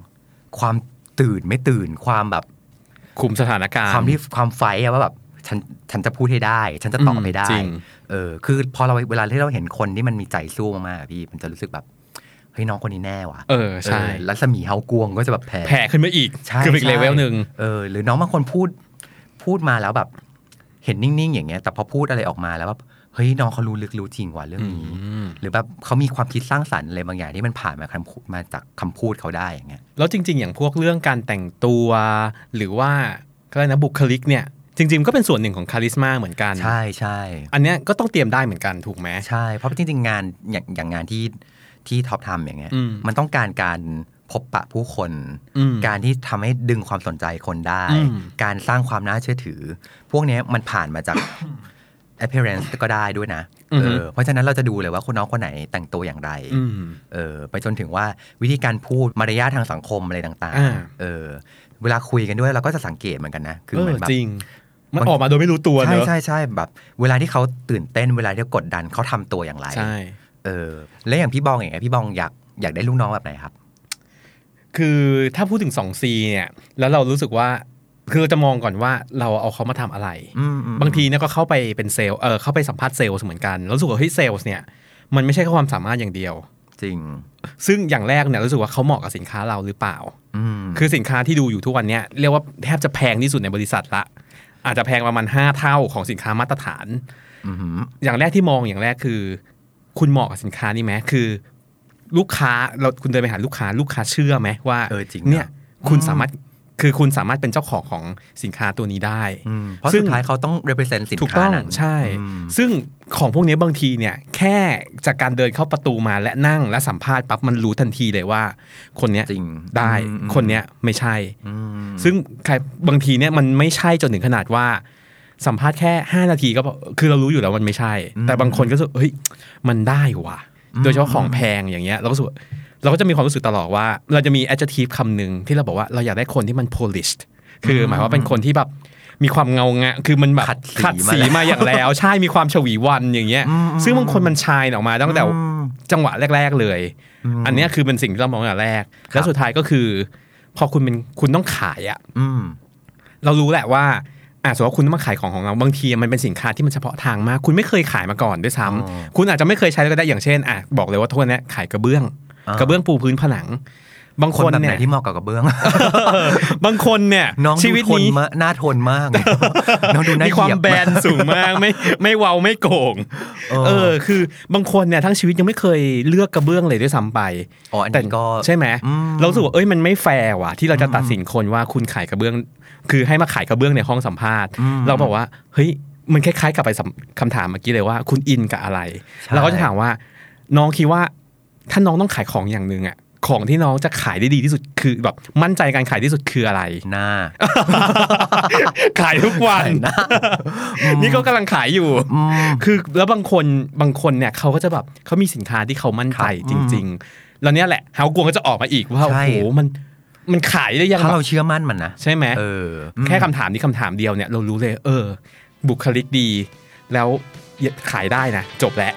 ความตื่นไม่ตื่นความแบบ คุมสถานการณ์ ความที่ความไฟท์อะว่าแบบฉันฉันจะพูดให้ได้ ฉันจะตอบ อืม ให้ได้ จริง เออ คือพอเราเวลาที่เราเห็นคนที่มันมีใจสู้มากๆอะพี่มันจะรู้สึกแบบเฮ้ยน้องคนนี้แน่ว่ะ เออ ใช่ เออรัศมีเฮากวงก็จะแบบแผ่ แผ่ขึ้นมาอีก ใช่ คืออีก ใช่ เลเวลหนึ่ง เออ หรือน้องบางคนพูด พูดมาแล้วแบบ เห็นนิ่งๆอย่างเงี้ย แต่พอพูดอะไรออกมาแล้วแบบเฮ้ยน้องเขารู้ลึกรู้จริงว่ะเรื่องนี้ อืม หรือแบบเขามีความคิดสร้างสรรค์อะไรบางอย่างที่มันผ่านมาคำพูดมาจากคำพูดเขาได้อย่างเงี้ย แล้วจริง ๆ อย่างพวกเรื่องการแต่งตัว หรือว่าอะไรยกนะบุคลิกเนี่ย จริง ๆ ก็เป็นส่วนหนึ่งของคาลิสมาเหมือนกัน ใช่ใช่ อันเนี้ยก็ต้องเตรียมได้เหมือนกันถูกไหม ใช่ เพราะจริงๆงานอย่างอย่างงานที่ที่ท็อปทำอย่างเงี้ย อืม มันต้องการการพบปะผู้คน อืม การที่ทำให้ดึงความสนใจคนได้ อืม การสร้างความน่าเชื่อถือ พวกเนี้ยมันผ่านมาจาก appearance ก็ได้ด้วยนะเออเพราะฉะนั้นเราจะดูเลยว่าคนน้องคนไหนแต่งตัวอย่างไร อืม เออไปจนถึงว่าวิธีการพูดมารยาททางสังคมอะไรต่าง อ่า ๆเออ เวลาคุยกันด้วยเราก็จะสังเกตเหมือนกันนะคือเหมือนแบบ จริง มัน บาง ออกมาโดยไม่รู้ตัวเน ใช่ อะ ใช่ใช่แบบ เวลาที่เขาตื่นเต้นเวลาที่เขากดดันเขาทำตัวอย่างไร ใช่ เออ แล้วอย่างพี่บองอย่างเงี้ยพี่บองอยากอยากได้ลูกน้องแบบไหนครับ คือถ้าพูดถึง 2C เนี่ย แล้วเรารู้สึกว่า คือเราจะมองก่อนว่าเราเอาเขามาทำอะไร อืมอืม บางทีเนี่ยก็เข้าไปเป็นเซลล์เออเข้าไปสัมภาษณ์เซลล์เหมือนกันแล้วรู้สึกว่าเฮ้ยเซลล์เนี่ยมันไม่ใช่แค่ความสามารถอย่างเดียว จริง ซึ่งอย่างแรกเนี่ยรู้สึกว่าเขาเหมาะกับสินค้าเราหรือเปล่า อืม คือสินค้าที่ดูอยู่ทุกวันเนี่ยเรียกว่าแทบจะแพงที่สุดในบริษัทละ อาจจะแพงประมาณ 5 เท่าของสินค้ามาตรฐาน อหือ อย่างแรกที่มองอย่างแรกคือ คุณเหมาะกับสินค้านี่ไหมคือ ลูกค้าเราคุณเดินไปหาลูกค้า ลูกค้าเชื่อไหมว่า เออจริงนะ เนี่ยคุณสามารถคือคุณสามารถเป็นเจ้าของของสินค้าตัวนี้ได้ อืมเพราะ ซึ่ สุ ง ดท้ายเขาต้อง represent สิน ถูก ค้า ต้อง นั้น ใช่ อืม ซึ่งของพวกนี้บางทีเนี่ยแค่จากการเดินเข้าประตูมาและนั่งและสัมภาษณ์ปั๊บมันรู้ทันทีเลยว่า คนเนี้ย จริง ได้ อืม คนเนี้ยไม่ใช่ อืม ซึ่งใครบางทีเนี่ยมันไม่ใช่จนถึงขนาดว่า สัมภาษณ์แค่ 5 นาทีก็พอคือเรารู้อยู่แล้วมันไม่ใช่ แต่บางคนก็รู้สึกเฮ้ยมันได้ว่ะ โดยเฉพาะของแพงอย่างเงี้ยเราก็รู้สึกว่าเราก็จะมีความรู้สึกตลอดว่า เราจะมี adjective คำหนึ่งที่เราบอกว่าเราอยากได้คนที่มัน polished คือหมายความว่าเป็นคนที่แบบมีความเงางะคือมันแบบ ขัดสี ดสีมาอย่างแล้ว ใช่มีความฉวีวันอย่างเงี้ย ซึ่งบางคนมันชายออกมาตั้งแต่จังหวะแรก ๆเลย อันเนี้ยคือเป็นสิ่งที่เรามองตั้งแต่แรก แล้วสุดท้ายก็คือ พอคุณเป็นคุณต้องขายอะ อืม เรารู้แหละว่าอ่ะสมมติว่าคุณต้องมาขายของของเราบางทีมันเป็นสินค้าที่มันเฉพาะทางมาก คุณไม่เคยขายมาก่อนด้วยซ้ำ อ๋อ คุณอาจจะไม่เคยใช้ก็ได้อย่างเช่นอ่ะบอกเลยว่าทุกวันเนี้ยขายกระเบื้อง อ่าก ก ระเบื้องปูพื้นผนัง บางคคน น แบบ เนี่ ไหน ย ที่เห มาะกับกระเบื้อง บางคนเนี่ย น้อง ชีวิต ดูทน นี้ มากน่าทน มาก น้องดูน่า มีความ เหยีย แบน ก สูงมากไม่ไม่เวาไม่โกง เออ เออ คือบางคนเนี่ยทั้งชีวิตยังไม่เคยเลือกกระเบื้องเลยด้วยซ้ำไป อ๋ออัน แต่ นี้ก็ ใช่ไหม อืม เรารู้สึกว่าเอ้ยมันไม่แฟร์ว่ะที่เราจะตัดสินคนว่าคุณขายกระเบื้อง คือให้มาขายกระเบื้องในห้องสัมภาษณ์ เราบอกว่าเฮ้ยมันคล้ายๆกับไปสัมคำถามเมื่อกี้เลยว่า คุณอินกับอะไร เราก็จะถามว่า น้องคิดว่าถ้าน้องต้องขายของอย่างหนึ่งอะของที่น้องจะขายได้ดีที่สุดคือแบบมั่นใจการขายที่สุดคืออะไร หน้า ขายทุกวัน นี่ก็กำลังขายอยู่ คือแล้วบางคนบางคนเนี่ยเขาก็จะแบบเขามีสินค้าที่เขามั่นใจ ครับ จริง ๆ แล้วเนี่ยแหละเฮากวงก็จะออกมาอีกว่า ใช่ โอ้โหมันมันขายได้ยัง ถ้าเรา แบบ เชื่อมั่นมันนะ ใช่ไหม เออ แค่คำถามนี้คำถามเดียวเนี่ยเรารู้เลย เออ บุคลิกดี แล้วขายได้นะ จบแล้ว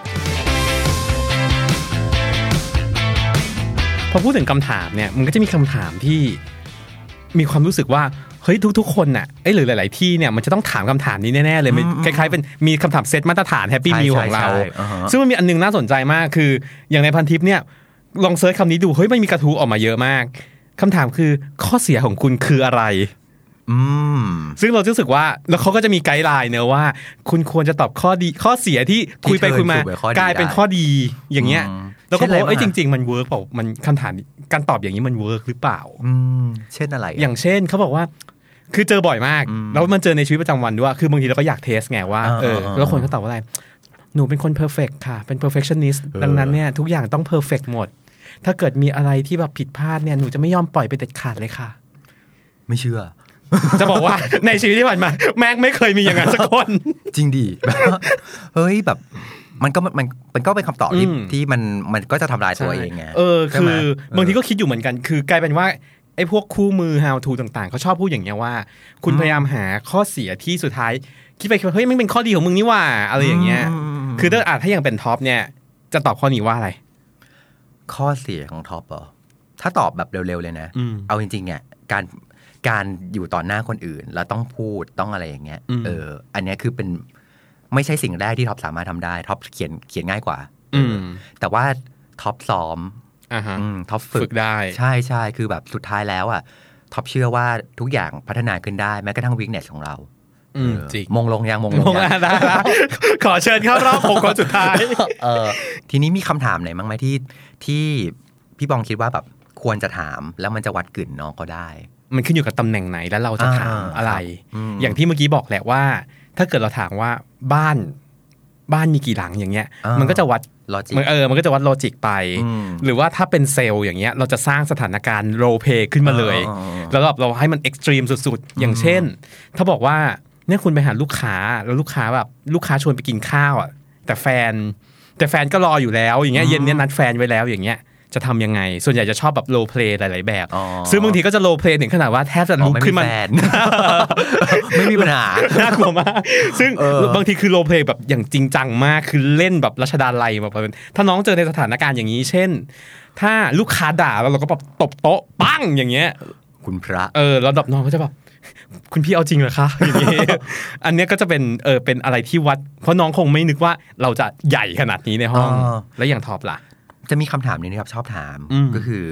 พอพูดถึงคำถามเนี่ยมันก็จะมีคำถามที่ มีความรู้สึกว่าเฮ้ยทุก ๆ คนน่ะเอ้ยหรือหลาย ๆ ที่เนี่ยมันจะต้องถามคำถามนี้แน่ ๆ เลยมันคล้าย ๆ เป็นมีคำถามเซตมาตรฐานแฮปปี้ ใช่ มิวของใช่เรา ใช่อ่าฮะ ซึ่งมันมีอันหนึงน่าสนใจมากคือ อย่างในพันทิปเนี่ยลองเซิร์ชคำนี้ดูเฮ้ยมันมีกระทู้ออกมาเยอะมากคำถามคือข้อเสียของคุณคืออะไร อืม ซึ่งเราจะรู้สึกว่าแล้วเขาก็จะมีไกด์ไลน์เนอะว่า คุณควรจะตอบข้อดีข้อเสียที่คุยไป ที่เทิคุร์นยมา สู่เป็นข้อดี กลายเป็น ได้ ข้อดีอย่างเงี้ย อืม แล้วก็บ เช่ อก นอะว่าไรเอ้ยจ บ้างอะ ริง ๆ มันเวิร์กเปล่ามันคำถามนี้การตอบอย่างนี้มันเวิร์กหรือเปล่า อืมเช่นอะไระ อย่างเช่นเขาบอกว่าคือเจอบ่อยมาก แล้วมันเจอในชีวิตประจำวันด้วยคือบางทีเราก็อยากเทสไงว่า อ่า เออ อ่า แล้วคนก็ตอบว่าอะไร หนูเป็นคน perfect ค่ะ เป็น perfectionist เออ ดังนั้นเนี่ยทุกอย่างต้อง perfect หมด ถ้าเกิดมีอะไรที่แบบผิดพลาดเนี่ยหนูจะไม่ยอมปล่อยไปเด็ดขาดเลย ค่ะ ไม่เชื่อ จะบอกว่า ในชีวิตที่ผ่านมา แม่งไม่เคยมีอย่างนั้นสักคน จริงดิ แบบว่าเฮ้ยแบบ มันก็มันมันก็เป็นคำตอบที่ อืม ที่มันมันก็จะทำลายตัวเองไง เออ ใช่ คื ไหม อบางทีก็คิดอยู่เหมือนกัน คือกลายเป็นว่าไอ้พวกคู่มือ how to ต่างๆเขาชอบพูดอย่างเงี้ยว่า คุณพยายามหาข้อเสียที่สุดท้ายคิดไปคิดมาเฮ้ยมันเป็นข้อดีของมึงนี่หว่าอะไรอย่างเงี้ย อืม คือถ้าอ่านถ้าอย่างเป็นท็อปเนี่ยจะตอบข้อนี้ว่าอะไร ข้อเสียของท็อปเหรอถ้าตอบแบบเร็วๆเลยนะ อืม เอาจริงๆอ่ะการการอยู่ต่อหน้าคนอื่น แล้วต้องพูดต้องอะไรอย่างเงี้ย อืม เออ อันเนี้ยคือเป็นไม่ใช่สิ่งแรกที่ท็อปสามารถทำได้ท็อปเขียนเขียนง่ายกว่า อืม เออแต่ว่าท็อปซ้อม อ่าฮะ อืมท็อปฝึ ฝึ ก กได้ ใช่ใช่คือแบบสุดท้ายแล้วอ่ะท็อปเชื่อว่าทุกอย่างพัฒนาขึ้นได้แม้กระทั่งวิกเนสของเรา อืม เออ จริง มงลงยังมงลง มอง ยัง อ่ะ ได้ละขอเชิญเข้ารอบหกคนสุดท้าย เออทีนี้มีคำถามไหนบ้างไหมที่ที่พี่บองคิดว่าแบบควรจะถามแล้วมันจะวัดกลิ่นน้องก็ได้ มันขึ้นอยู่กับตำแหน่งไหนแล้วเราจะถาม อ่า อะไร ครับอืม อย่างที่เมื่อกี้บอกแหละว่า ถ้าเกิดเราถามว่าบ้านบ้านมีกี่หลังอย่างเงี้ย อ่ามั มันก็จะวัด ลอจิ มันเออ มันก็จะวัดโลจิกไป อืม หรือว่าถ้าเป็นเซลล์อย่างเงี้ย เราจะสร้างสถานการณ์โรเ y ขึ้นมาเลย อ่าอ่าอ่า แล้วแบบเราให้มันเอ็กซ์ตรีมสุดๆ อย่างเช่น ถ้าบอกว่าเนี่ยคุณไปหาลูกค้า แล้วลูกค้าแบบลูกค้าชวนไปกินข้าวอ่ะ แต่แฟน แต่แฟนก็รออยู่แล้ว อย่างเงี้ย เย็นเนี้ยนัดแฟนไว้แล้วอย่างเงี้ย จะ จะทำยังไง ส่วนใหญ่จะชอบแบบโลเพลย์หลาย ๆ แบบ อ๋อ ซึ่งบางทีก็จะโลเพลย์ถึงขนาดว่าแทบจะ อ๋อ ลุก ไม่ ขึ้ มี นมา แฟ น ไม่มีปัญหา น่ากลัวมาก ซึ่ง เออ บางทีคือโรลเพลย์แบบอย่างจริงจังมาก คือเล่นแบบรัชดาลัยแบบถ้าน้องเจอในสถานการณ์อย่างนี้ เช่น ถ้าลูกค้าด่าแล้วเราก็แบบตบโต๊ะปั้งอย่างเงี้ย คุณพระ เออแล้วแบบน้องก็จะแบบ คุณพี่เอาจริงเหรอคะอย่างเงี้ย อันเนี้ยก็จะเป็นเออเป็นอะไรที่วัด เพราะน้องคงไม่นึกว่าเราจะใหญ่ขนาดนี้ในห้อง แล้วอย่างท็อปล่ะ จะมีคำถามหนี้นะครับ ชอบถาม อืม ก็คือ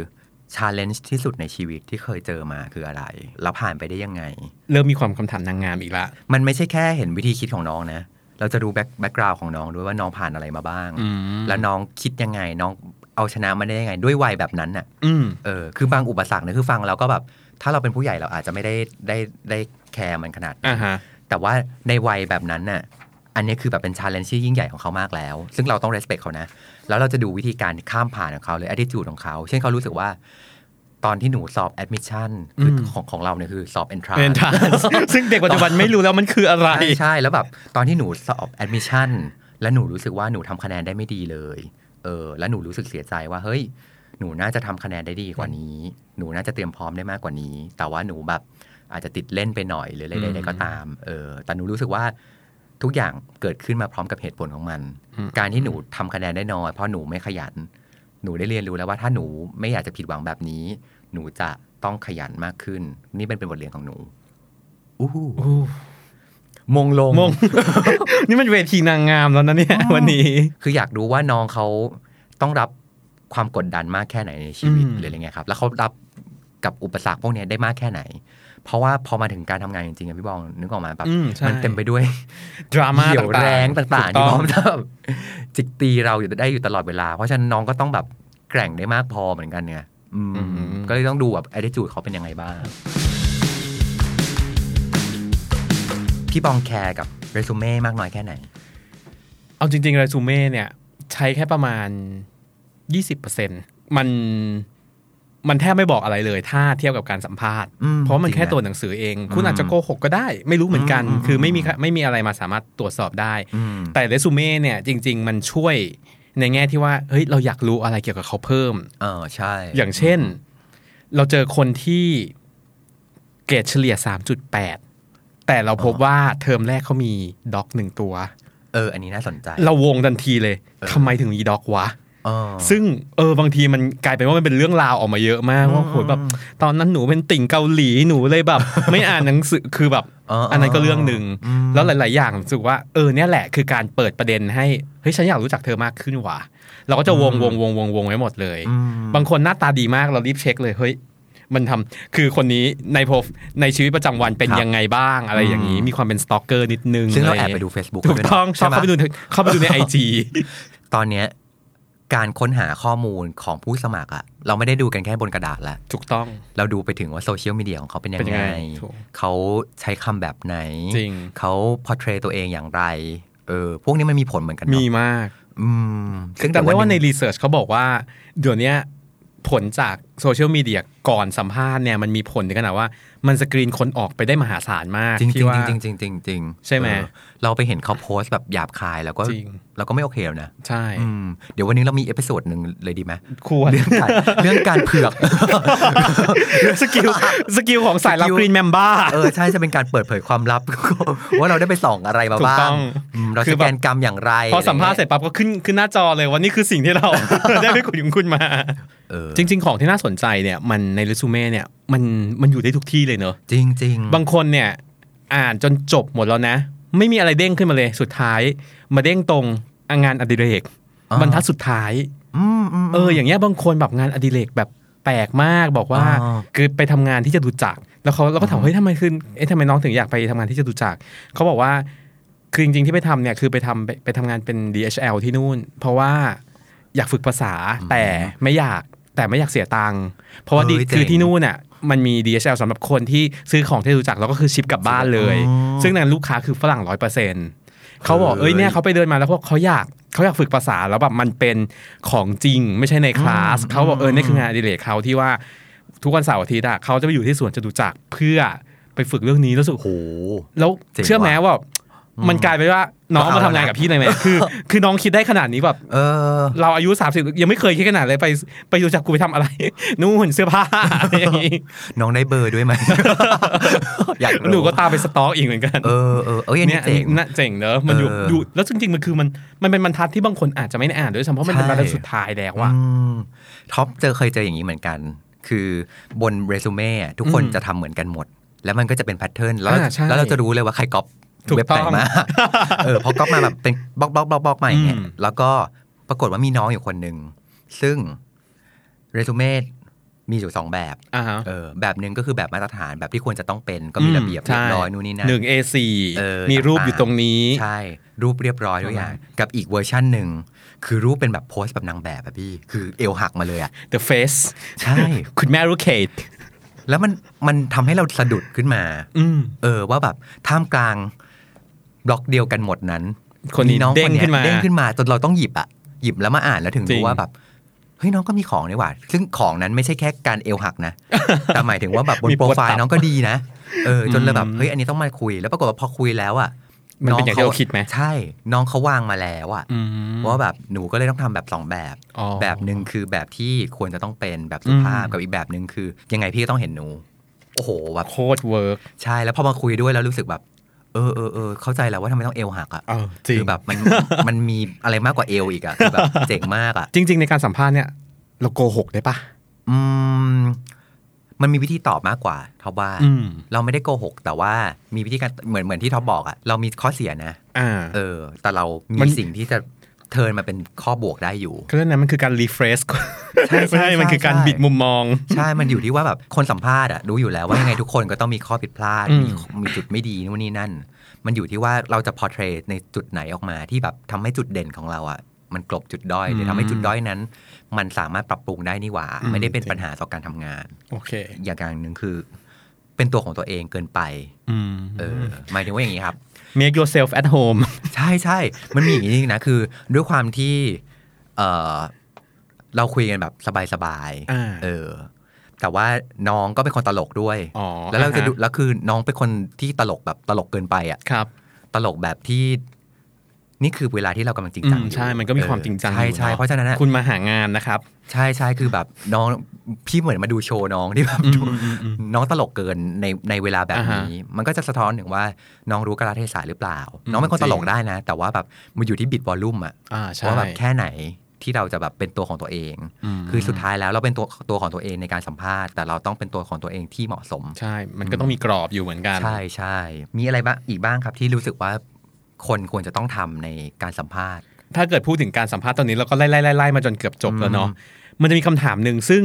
ชาเลนจ์ที่สุดในชีวิตที่เคยเจอมาคืออะไร แล้วผ่านไปได้ยังไง เริ่มมีความคำถามนางงามอีกละ มันไม่ใช่แค่เห็นวิธีคิดของน้องนะ เราจะดูแบ็คแบ็คกราวของน้องด้วยว่าน้องผ่านอะไรมาบ้าง อืม แล้วน้องคิดยังไง น้องเอาชนะมันได้ยังไง ด้วยวัยแบบนั้นน่ะ อืม เออ คือบางอุปสรรคเนี่ยคือฟังแล้วก็แบบ ถ้าเราเป็นผู้ใหญ่เราอาจจะไม่ได้ได้ได้แคร์มันขนาดนั้น อ่าฮะ แต่ว่าในวัยแบบนั้นน่ะ อันนี้คือแบบเป็นชาเลนจ์ที่ยิ่งใหญ่ของเขามากแล้ว ซึ่งเราต้อง respect เขานะ แล้วเราจะดูวิธีการข้ามผ่านของเขาเลย attitude ของเขา เช่นเขารู้สึกว่า ตอนที่หนูสอบ admission คืออ ม ของของเราเนี่ยคือสอบ entrance เอนทาน ซึ่งเด็กปัจจุบันไม่รู้แล้วมันคืออะไร ใช่ใช่แล้วแบบตอนที่หนูสอบ admission แล้วหนูรู้สึกว่าหนูทำคะแนนได้ไม่ดีเลย เออ แล้วหนูรู้สึกเสียใจว่าเฮ้ย หนูน่าจะทำคะแนนได้ดีกว่านี้ หนูน่าจะเตรียมพร้อมได้มากกว่านี้ แต่ว่าหนูแบบอาจจะติดเล่นไปหน่อยหรืออะไร อื ใด ม ๆก็ตาม เออ แต่หนูรู้สึกว่าทุกอย่างเกิดขึ้นมาพร้อมกับเหตุผลของมัน อืม การที่หนูทำคะแนนได้น้อยเพราะหนูไม่ขยัน หนูได้เรียนรู้แล้วว่าถ้าหนูไม่อยากจะผิดหวังแบบนี้ หนูจะต้องขยันมากขึ้น นี่เป็นเป็นบทเรียนของหนูอู้หูมงลง ม ง นี่มันเวทีนางงามแล้วนะเนี่ย วันนี้ คืออยากรู้ว่าน้องเขาต้องรับความกดดันมากแค่ไหนในชีวิต อืม หรืออะไรเงี้ยครับ แล้วเขารับกับอุปสรรคพวกเนี้ยได้มากแค่ไหน เพราะว่าพอมาถึงการทำงานจริงๆอะพี่บองนึกออกมาแบบ อืมใช่ มันเต็มไปด้วย ดราม่า เหี่ยว ต่างๆ แรงต่างๆ ถู ที่ กต้พร้ อ อง มจะแบบจิกตีเราอยู่ได้อยู่ตลอดเวลา เพราะฉะนั้นน้องก็ต้องแบบแกร่งได้มากพอเหมือนกันเนี่ยอืม อืม ก็เลยต้องดูแบบ attitude เขาเป็นยังไงบ้าง พี่บองแคร์กับเรซูเม่มากน้อยแค่ไหน เอาจริงๆเรซูเม่เนี่ย ใช้แค่ประมาณ 20%มันมันแทบไม่บอกอะไรเลย ถ้าเทียบกับการสัมภาษณ์ อืม เพราะมันแค่ จริงนะ ตัวหนังสือเอง คุณ อืม อาจจะโกหกก็ได้ ไม่รู้เหมือนกัน อืม คือไม่มี อืม ไม่มีอะไรมาสามารถตรวจสอบได้ อืม แต่เรซูเม่เนี่ยจริง ๆ มันช่วยในแง่ที่ว่าเฮ้ยเราอยากรู้อะไรเกี่ยวกับเขาเพิ่ม เออใช่ อย่างเช่น เราเจอคนที่เกรดเฉลี่ย 3.8 แต่เราพบว่าเทอมแรกเขามีด็อกหนึ่งตัว เออ อันนี้น่าสนใจ เราวงทันทีเลยทำไมถึงมีด็อกวะ เออ ซึ่งเออบางทีมันกลายเป็นว่ามันเป็นเรื่องราวออกมาเยอะมาก ว่าโหยแบบตอนนั้นหนูเป็นติ่งเกาหลีหนูเลยแบบ ไม่อ่านหนังสือคือแบบ อ๋ออั นนั้นก็เรื่องหนึ่ง อืม แล้วหลาย ๆ อย่างรู้สึกว่าเออเนี่ยแหละคือการเปิดประเด็นให้เฮ้ยฉันอยากรู้จักเธอมากขึ้นว่ะเราก็จะวงวงวงวงวงไว้หมดเลย อืม บางคนหน้าตาดีมากเรารีบเช็คเลยเฮ้ยมันทำคือคนนี้ในโพในชีวิตประจำวันเป็น ครับ ยังไงบ้างอะไรอย่างนี้ อืม มีความเป็นสตอกเกอร์นิดนึง ซึ่งเรา ะ แอบ ย่ ไปดู Facebook ถูกต้องชอบเข้าไป ใช่หม ดูในเข้าไปดูในไอจี ตอนเนี้ยการค้นหาข้อมูลของผู้สมัครอะเราไม่ได้ดูกันแค่บนกระดาษละ ถูกต้อง เราดูไปถึงว่าโซเชียลมีเดียของเขาเป็นยั เป็ ง นยั ไง งไงถูก เขาใช้คำแบบไหน จริง เขาพอเทรตัวเองอย่างไร เออ พวกนี้มันมีผลเหมือนกันเนอะ มีมาก อืม ซึ่งจำได้ว่าใน หง รีเสิร์ชเขาบอกว่า เดี๋ยวเนี้ยผลจากโซเชียลมีเดียก่อนสัมภาษณ์เนี่ยมันมีผลถึงขนาดว่ามันสกรีนคนออกไปได้มหาศาลมาก จริง ที่ว่า จริงจริงจริงจริง ใช่ไหม เออเราไปเห็นเขาโพสต์แบบหยาบคายแล้วก็ จริง เราก็ไม่โอเคแล้วนะ ใช่ อืมเดี๋ยววันนี้เรามีเอพิโซดหนึ่งเลยดีไหม ควร เรื่อง การเรื่องการเผือก สกิ ลสกิลของสายรับ สกิล กรีนแมมบ้า เอ อใช่จะเป็นการเปิดเผยความลับ ว่าเราได้ไปส่องอะไรมา ถูก บ้า ต้อง ง อืมเรา คือ จะ แบบ แกนกรรมอย่างไร พอสัมภาษณ์เสร็จปั๊บก็ขึ้นขึ้นหน้าจอเลยว่านี่คือสิ่งที่เรา ได้ไปคุยกับคุณมา เออ จริง ๆ ของที่น่าสนใจเนี่ยมันในเรซูเม่เนี่ยมันมันอยู่ได้ทุกที่เลยเนอะ จริงจริงๆ บางคนเนี่ยอ่านจนจบหมดแล้วนะ ไม่มีอะไรเด้งขึ้นมาเลยสุดท้าย มาเด้งตรงงานอดิเรกบรรทัดสุดท้าย อืมอืม เอออย่างเงี้ยบางคนแบบงานอดิเรกแบบแปลกมากบอกว่า อ๋อ คือไปทำงานที่จะดูจักรแล้วเขาเราก็ถามเฮ้ยทำไมคือเอ๊ะทำไมน้องถึงอยากไปทำงานที่จะดูจักรเขาบอกว่าคือจริงๆที่ไปทำเนี่ยคือไปทำไปไปทำงานเป็น DHL ที่นู่น เพราะว่าอยากฝึกภาษาแต่ไม่อยากแต่ไม่อยากเสียตังค์เพราะว่า เฮ้ย ดีคือ เจ๋ง ที่นู่นน่ะมันมี DHL สำหรับคนที่ซื้อของที่จะดูจักรแล้วก็คือชิปกลับบ้านเลย อ๋อ ซึ่งนั้นลูกค้าคือฝรั่งร้อยเปอร์เซ็นต์ เขาบอกเอ้ยเนี่ยเขาไปเดินมาแล้วเขาบอกเขาอยากเขาอยากฝึกภาษาแล้วแบบมันเป็นของจริงไม่ใช่ในคลาสเขาบอกเออนี่คืองานอดิเรกเขาที่ว่าทุกวันเสาร์อาทิตย์อะเขาจะไปอยู่ที่สวนจตุจักรเพื่อไปฝึกเรื่องนี้แล้วสุด โห แล้ว เจ๋ง เชื่อไหม ว่ะ ว่า มันกลายเป็นว่าน้องมาทำงานกับพี่เลยไหมคือ คือน้องคิดได้ขนาดนี้แบบ เออ เราอายุ 30 ยังไม่เคยคิดขนาดเลยไปไปดูจับกูไปทำอะไร นู่นเสื้อผ้าอะไรอย่างงี้ น้องได้เบอร์ด้ว ยไหม อยากรู้ หนูก็ตามไปสต็อกอีกเหมือนกัน เออเออเอ้ยอันนี้ ย เจ๋ง น่าเจ๋งเนอะมันอยู่ เออ ดูแล้วจริงๆมันคือมันมันเป็นบรรทัดที่บางคนอาจจะไม่ได้อ่านด้วยซ้ำเพราะมันเป็น ใช่ บรรทัดสุดท้ายแล้วว่า อืมท็อปเจอเคยเจออย่างนี้เหมือนกัน คือบนเรซูเม่อะทุกคน อืม จะทำเหมือนกันหมด แล้วมันก็จะเป็นแพทเทิร์นแล้ว อ่าใช่ แล้วเราจะรู้เลยว่าใครก๊อป ถูก เว็บไหน ต้อง มา เออพอก๊อปมาแบบเป็นบล็อกบล็อกบล็อกบล็อกมาอย่างเงี้ย อืม แล้วก็ปรากฏว่ามีน้องอยู่คนหนึ่ง ซึ่งเรซูเม่มีอยู่สองแบบ อ่าฮะ เออแบบหนึ่งก็คือแบบมาตรฐานแบบที่ควรจะต้องเป็นก็มีระเบียบเรียบร้อยนู่นนี่นั่น หนึ่ง A4 เออ มีรูป ต่างๆ อยู่ตรงนี้ ใช่ รูปเรียบร้อยทุกอย่าง กับอีกเวอร์ชั่นหนึ่ง คือรูปเป็นแบบโพสต์แบบนางแบบอะพี่ คือเอวหักมาเลยอะ The Face ใช่ คุณแม่รู้เคท แล้วมันมันทำให้เราสะดุดขึ้นมา อืม เออว่าแบบท่ามกลางบล็อกเดียวกันหมดนั้น คนนี้ มี เด้ง ย ขึ้นมา เด้งขึ้นมาจนเราต้องหยิบอะหยิบแล้วมาอ่านแล้วถึง จริ รู้ ง ว่าแบบเฮ้ยน้องก็มีของนี่หว่า ซึ่งของนั้นไม่ใช่แค่การเอวหัก นะ แต่หมายถึงว่าแบบบนโปรไฟล์น้องก็ดีนะเออจนเราแบบเฮ้ยอันนี้ต้องมาคุย แล้วปรากฏว่าพอคุยแล้วอะ มันเป็นอย่างที่ ข เราคิดไหม ใช่ น้องเขาวางมาแล้วอะ อืม ว่าแบบหนูก็เลยต้องทำแบบสองแบบ อ๋อ แบบหนึ่งคือแบบที่ควรจะต้องเป็นแบบสุภาพ อืม กับอีกแบบหนึ่งคือ ยังไงพี่ก็ต้องเห็นหนูโอ้โหแบบ โคตรเวิร์ก ใช่แล้วพอมาคุยด้วยแล้วรู้สึกแบบ เออเออเออเข้าใจแล้วว่าทำไมต้องเอวหักอ่ะคือแบบมัน มันมีอะไรมากกว่าเอวอีกอ่ะคือแบบเจ๋งมากอ่ะ จริง ๆ ในการสัมภาษณ์เนี่ยเราโกหกได้ปะ อืมมันมีวิธีตอบมากกว่าท็อปว่า อืม เราไม่ได้โกหก แต่ว่ามีวิธีการเหมือนเหมือนที่ท็อปบอกอ่ะเรามีข้อเสียนะ อ่า เออ แต่เรามี มัน สิ่งที่จะเทิร์นมาเป็นข้อบวกได้อยู่ ก็เรื่องนั้นมันคือการรีเฟรช ใช่ใช่ ไม่ใช่มันคือการ ใช่ บิดมุมมอง ใช่ มันอยู่ที่ว่าแบบคนสัมภาษณ์อะรู้อยู่แล้วว่ายังไงทุกคนก็ต้องมีข้อผิดพลาด อืม มีมีจุดไม่ดีนู่นนี่นั่น มันอยู่ที่ว่าเราจะพอเทรดในจุดไหนออกมาที่แบบทำให้จุดเด่นของเราอะมันกลบจุดด้อย อืม หรือทำให้จุดด้อยนั้น มันสามารถปรับปรุงได้นี่หว่า อืม ไม่ได้เป็นปัญหาต่อการทำงาน โอเค อย่างอย่างหนึ่งคือ เป็นตัวของตัวเองเกินไป อืม เออหมายถึงว่าอย่างนี้ครับ make yourself at home ใช่ใช่ มันมีอย่างนี้จริงๆนะ คือ ด้วยความที่ เออเราคุยกันแบบสบาย อ่า เออ แต่ว่าน้องก็เป็นคนตลกด้วย อ๋อ แล้วเราจะ อ่าฮะ ดูแล้วคือน้องเป็นคนที่ตลกแบบตลกเกินไปอ่ะ ครับ ตลกแบบที่ นี่คือเวลาที่เรากำลังจริงจัง อืม อยู่ ใช่ มันก็มีความจริงจัง ใช่อใช่ยู่อ เพราะฉะนั้นอะ คุณมาหางานนะครับ ใช่ใช่คือแบบน้องพี่เหมือนมาดูโชว์น้องที่แบบดูน้องตลกเกินในในเวลาแบบนี้ มันก็จะสะท้อนถึงว่าน้องรู้กาลเทศะหรือเปล่า อืม น้องเป็นคนตลก จริง ได้นะ แต่ว่าแบบมันอยู่ที่บิดวอลลุ่มอ่ะ อ่า ใช่ ว่าแบบแค่ไหนที่เราจะแบบเป็นตัวของตัวเอง อืม คือสุดท้ายแล้วเราเป็นตัวตัวของตัวเองในการสัมภาษณ์ แต่เราต้องเป็นตัวของตัวเองที่เหมาะสม ใช่ มันก็ต้องมีกรอบอยู่เหมือนกัน ใช่ใช่มีอะไรบ้างอีกบ้างครับที่รู้สึกว่าคนควรจะต้องทำในการสัมภาษณ์ ถ้าเกิดพูดถึงการสัมภาษณ์ตอนนี้เราก็ไล่ไล่ไล่ไล่มาจนเกือบจบแล้วเนาะ มันจะมีคำถามหนึ่งซึ่ง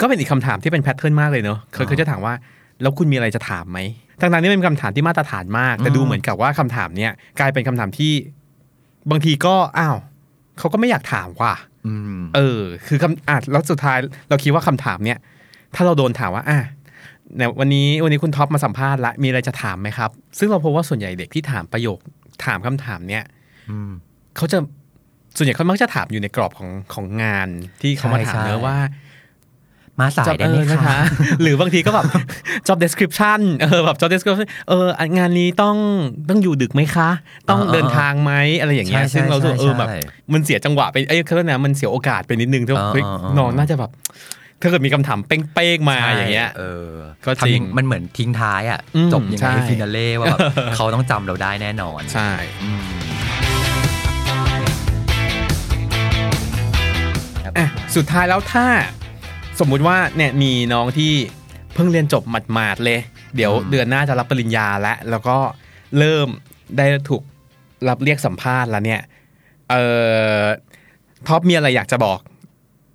ก็เป็นอีกคำถามที่เป็นแพทเทิร์นมากเลยเนาะเคยเคยจะถามว่า แล้วคุณมีอะไรจะถามไหมทั้งๆที่เป็นคำถามที่มาตรฐานมาก แต่ดูเหมือนกับว่าคำถามเนี้ยกลายเป็นคำถามที่บางทีก็อ้าวเขาก็ไม่อยากถามว่ะ อืม เออ คือคำอ่ะแล้วสุดท้ายเราคิดว่าคำถามเนี้ยถ้าเราโดนถามว่าอ่ะเนี่ยวันนี้วันนี้คุณท็อปมาสัมภาษณ์ละมีอะไรจะถามไหมครับ ซึ่งเราพบว่าส่วนใหญ่เด็กที่ถามประโยคถามคำถามเนี้ย อืม เขาจะส่วนใหญ่เขามักจะถามอยู่ในกรอบของของงานที่เขามาถามเนื้อะว่า มาสาย job ได้ไหม เออ คะ หรือบางที ก็แบบ job description เออแบบ job description เอออ่ะงานนี้ต้องต้องอยู่ดึกไหมคะ ต้อง เออเออ เดินทางไหมอะไรอย่างเงี้ย ใช่ใช่ ซึ่งเราสึก ใช่ เออแบบ ใช่ มันเสียจังหวะไปเอ้ยเขาเรียกนะมันเสียโอกาสไปนิดนึงที่ว่า เออ เฮ้ย เออเออ น้องน่าจะแบบ ถ้าเกิดมีคำถามเป้งๆมาอย่างเงี้ย ใช่เออ ก็จริง ทำยัมันเหมือนทิ้งท้ายอ่ะ อืม จบยัง ใช่ ไงฟินาเล่ว่า แบบ เขาต้องจำเราได้แน่นอน ใช่ อืม อ่ะสุดท้ายแล้วถ้าสมมุติว่าเนี่ยมีน้องที่เพิ่งเรียนจบหมาดๆเลย เดี๋ยวเดือนหน้าจะรับปริญญาแล้ว แล้วก็เริ่มได้ถูกรับเรียกสัมภาษณ์แล้วเนี่ยเอ่อท็อปมีอะไรอยากจะบอก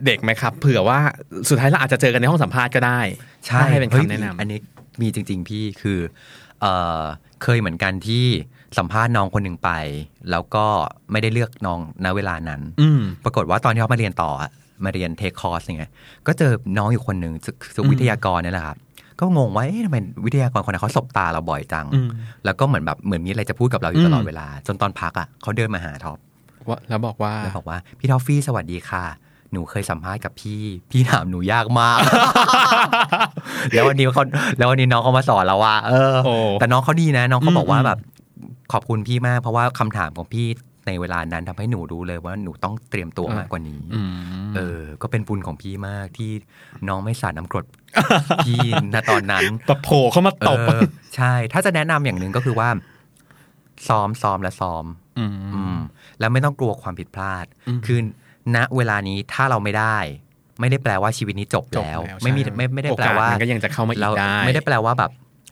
เด็กไหมครับ เผื่อว่าสุดท้ายเราอาจจะเจอกันในห้องสัมภาษณ์ก็ได้ ใช่ ถ้าให้เป็น ฮ้ย คำแนะนำ อันนี้มีจริง ๆ พี่คือเออเคยเหมือนกันที่สัมภาษณ์น้องคนหนึ่งไป แล้วก็ไม่ได้เลือกน้องณเวลานั้น อืม ปรากฏว่าตอนที่เขามาเรียนต่ออะมาเรียนเทคคอร์สไงยก็เจอน้องอยู่คนหนึ่งซึ่งซึ่งวิทยากรเนี่ยแหละครับ ก็งงว่าเอ๊ะทำไมวิทยากรคนนั้นเขาสบตาเราบ่อยจัง อืม แล้วก็เหมือนแบบเหมือนมีอะไรจะพูดกับเราอยู่ตลอ อื ด ม เวลา จนตอนพักอ่ะเขาเดินมาหาท็อป ว่าแล้วบอกว่า แล้วบอกว่าพี่ทอฟฟี่สวัสดีค่ะ หนูเคยสัมภาษณ์กับพี่ พี่ถามหนูยากมาก แล้ววันนี้เขาแล้ววันนี้น้องเขามาสอนเราว่า เออ โอ้ แต่น้องเขาดีนะ น้องเขาบอกว่าแบบ ขอบคุณพี่มากเพราะว่าคำถามของพี่ในเวลานั้นทำให้หนูรู้เลยว่าหนูต้องเตรียมตัวมากกว่านี้ อืม เออ ก็เป็นบุญของพี่มากที่น้องไม่สาดน้ำกรด พี่ณตอนนั้น แบบโผล่เข้ามาตบ เออใช่ ถ้าจะแนะนำอย่างหนึ่งก็คือว่า ซ้อมซ้อมและซ้อม อืม แล้วไม่ต้องกลัวความผิดพลาด คือณเวลานี้ถ้าเราไม่ได้ ไม่ได้แปลว่าชีวิตนี้จบ จบ แล้ว ใช่ ไม่มีไม่ไม่ได้ โอ แปล กส ว่าน ก็ยังจะเข้ามาอี เรา กได้ ไม่ได้แปลว่าแบบ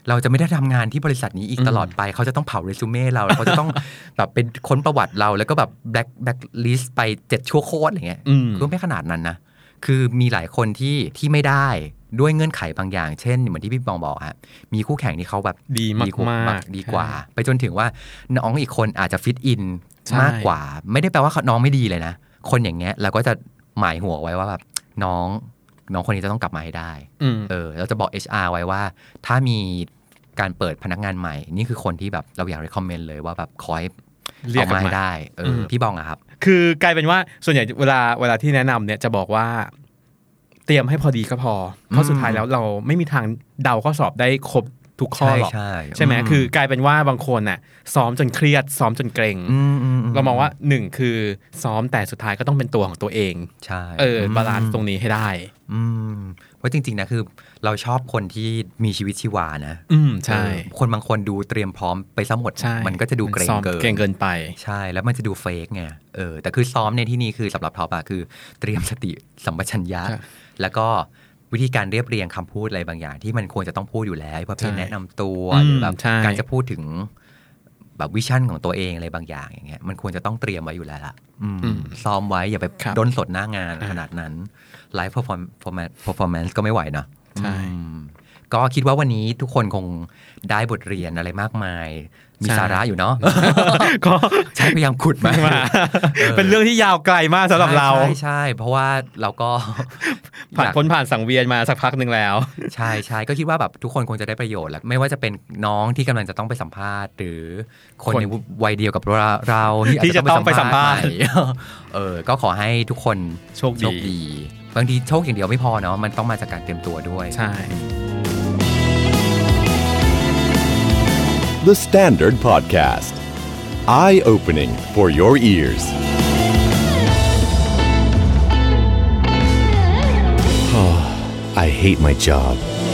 เราจะไม่ได้ทำงานที่บริษัทนี้อีก อืม ตลอดไป เขาจะต้องเผาเรซูเม่ เราแล้วเขาจะต้อง แบบเป็นค้นประวัติเราแล้วก็แบบแบล็คแบล็คลิสต์ไปเจ็ดชั่วโคตรอะไรเงี้ย อืม คือไม่ขนาดนั้นนะ คือมีหลายคนที่ที่ไม่ได้ด้วยเงื่อนไขบางอย่าง เช่นเหมือนที่พี่บองบอกฮะ มีคู่แข่งที่เขาแบบ ดีมากๆ คู่ ใช่ ดีกว่า ไปจนถึงว่าน้องอีกคนอาจจะฟิตอิน ใช่ มากกว่า ไม่ได้แปลว่าน้องไม่ดีเลยนะ คนอย่างเงี้ยเราก็จะหมายหัวไว้ว่าแบบน้องน้องคนนี้จะต้องกลับมาให้ได้ อืม เออเราจะบอก HR ไว้ว่า ถ้ามีการเปิดพนักงานใหม่ นี่คือคนที่แบบเราอยาก recommend เลยว่าแบบขอให้ เรียก ออก ลับ มา มา ให้ได้เอออพี่บองอะครับ คือกลายเป็นว่าส่วนใหญ่เวลาเวลาที่แนะนำเนี่ยจะบอกว่า เตรียมให้พอดีก็พอ เพราะสุดท้ายแล้วเราไม่มีทางเดาข้อสอบได้ครบทุกข้อหรอก ใช่ใช่ ไหม อืม คือกลายเป็นว่าบางคนน่ะซ้อมจนเครียด ซ้อมจนเกรง อืมอืมอืม เรามองว่าหนึ่งคือซ้อมแต่สุดท้ายก็ต้องเป็นตัวของตัวเอง ใช่ เออ ม บาลานซ์ตรงนี้ให้ได้ อืมเพราะจริง ๆ นะคือเราชอบคนที่มีชีวิตชีวานะ อืมใช่ เออคนบางคนดูเตรียมพร้อมไปซะหมด ใช่ มันก็จะดูเกรง ซ้อม เกิน เกรงเกินไป ใช่แล้วมันจะดูเฟกไงเออแต่คือซ้อมในที่นี้คือสำหรับท็อปอะคือเตรียมสติสัมปชัญญะ ครับ แล้วก็วิธีการเรียบเรียงคำพูดอะไรบางอย่าง ที่มันควรจะต้องพูดอยู่แล้วเพื่อเป็น ใช่ แนะนำตัว อืม หรือแบบ ใช่ การจะพูดถึงแบบวิชั่นของตัวเองอะไรบางอย่างอย่างเงี้ยมันควรจะต้องเตรียมไว้อยู่แล้วล่ะอืม อืม ซ้อมไว้อย่าไป ครับ ด้นสดหน้างาน อ่า ขนาดนั้นไลฟ์ perform- performance performance ก็ไม่ไหวเนอะ ใช่ อืมก็คิดว่าวันนี้ทุกคนคงได้บทเรียนอะไรมากมาย มีสาระอยู่ เนาะ ก็ ใช่พยายามขุดมา มาเป็นเรื่องที่ยาวไกลมากสำหรับเรา ใช่ใช่ใช่เพราะว่าเราก็ ผ่านพ้นผ่านสังเวียนมาสักพักหนึ่งแล้ว ใช่ใช่ก็คิดว่าแบบทุกคนคงจะได้ประโยชน์แหละไม่ว่าจะเป็นน้องที่กำลังจะต้องไปสัมภาษณ์ หรือคน คน ในวัยเดียวกับเราเรา ที่ ที่อาจ จะต้องไปสัมภาษณ์ ให เออก็ขอให้ทุกคน โชคดี บางทีโชคอย่างเดียวไม่พอเนาะมันต้องมาจากการเตรียมตัวด้วย ใช่ The Standard Podcast. Eye opening for your ears. I hate my job.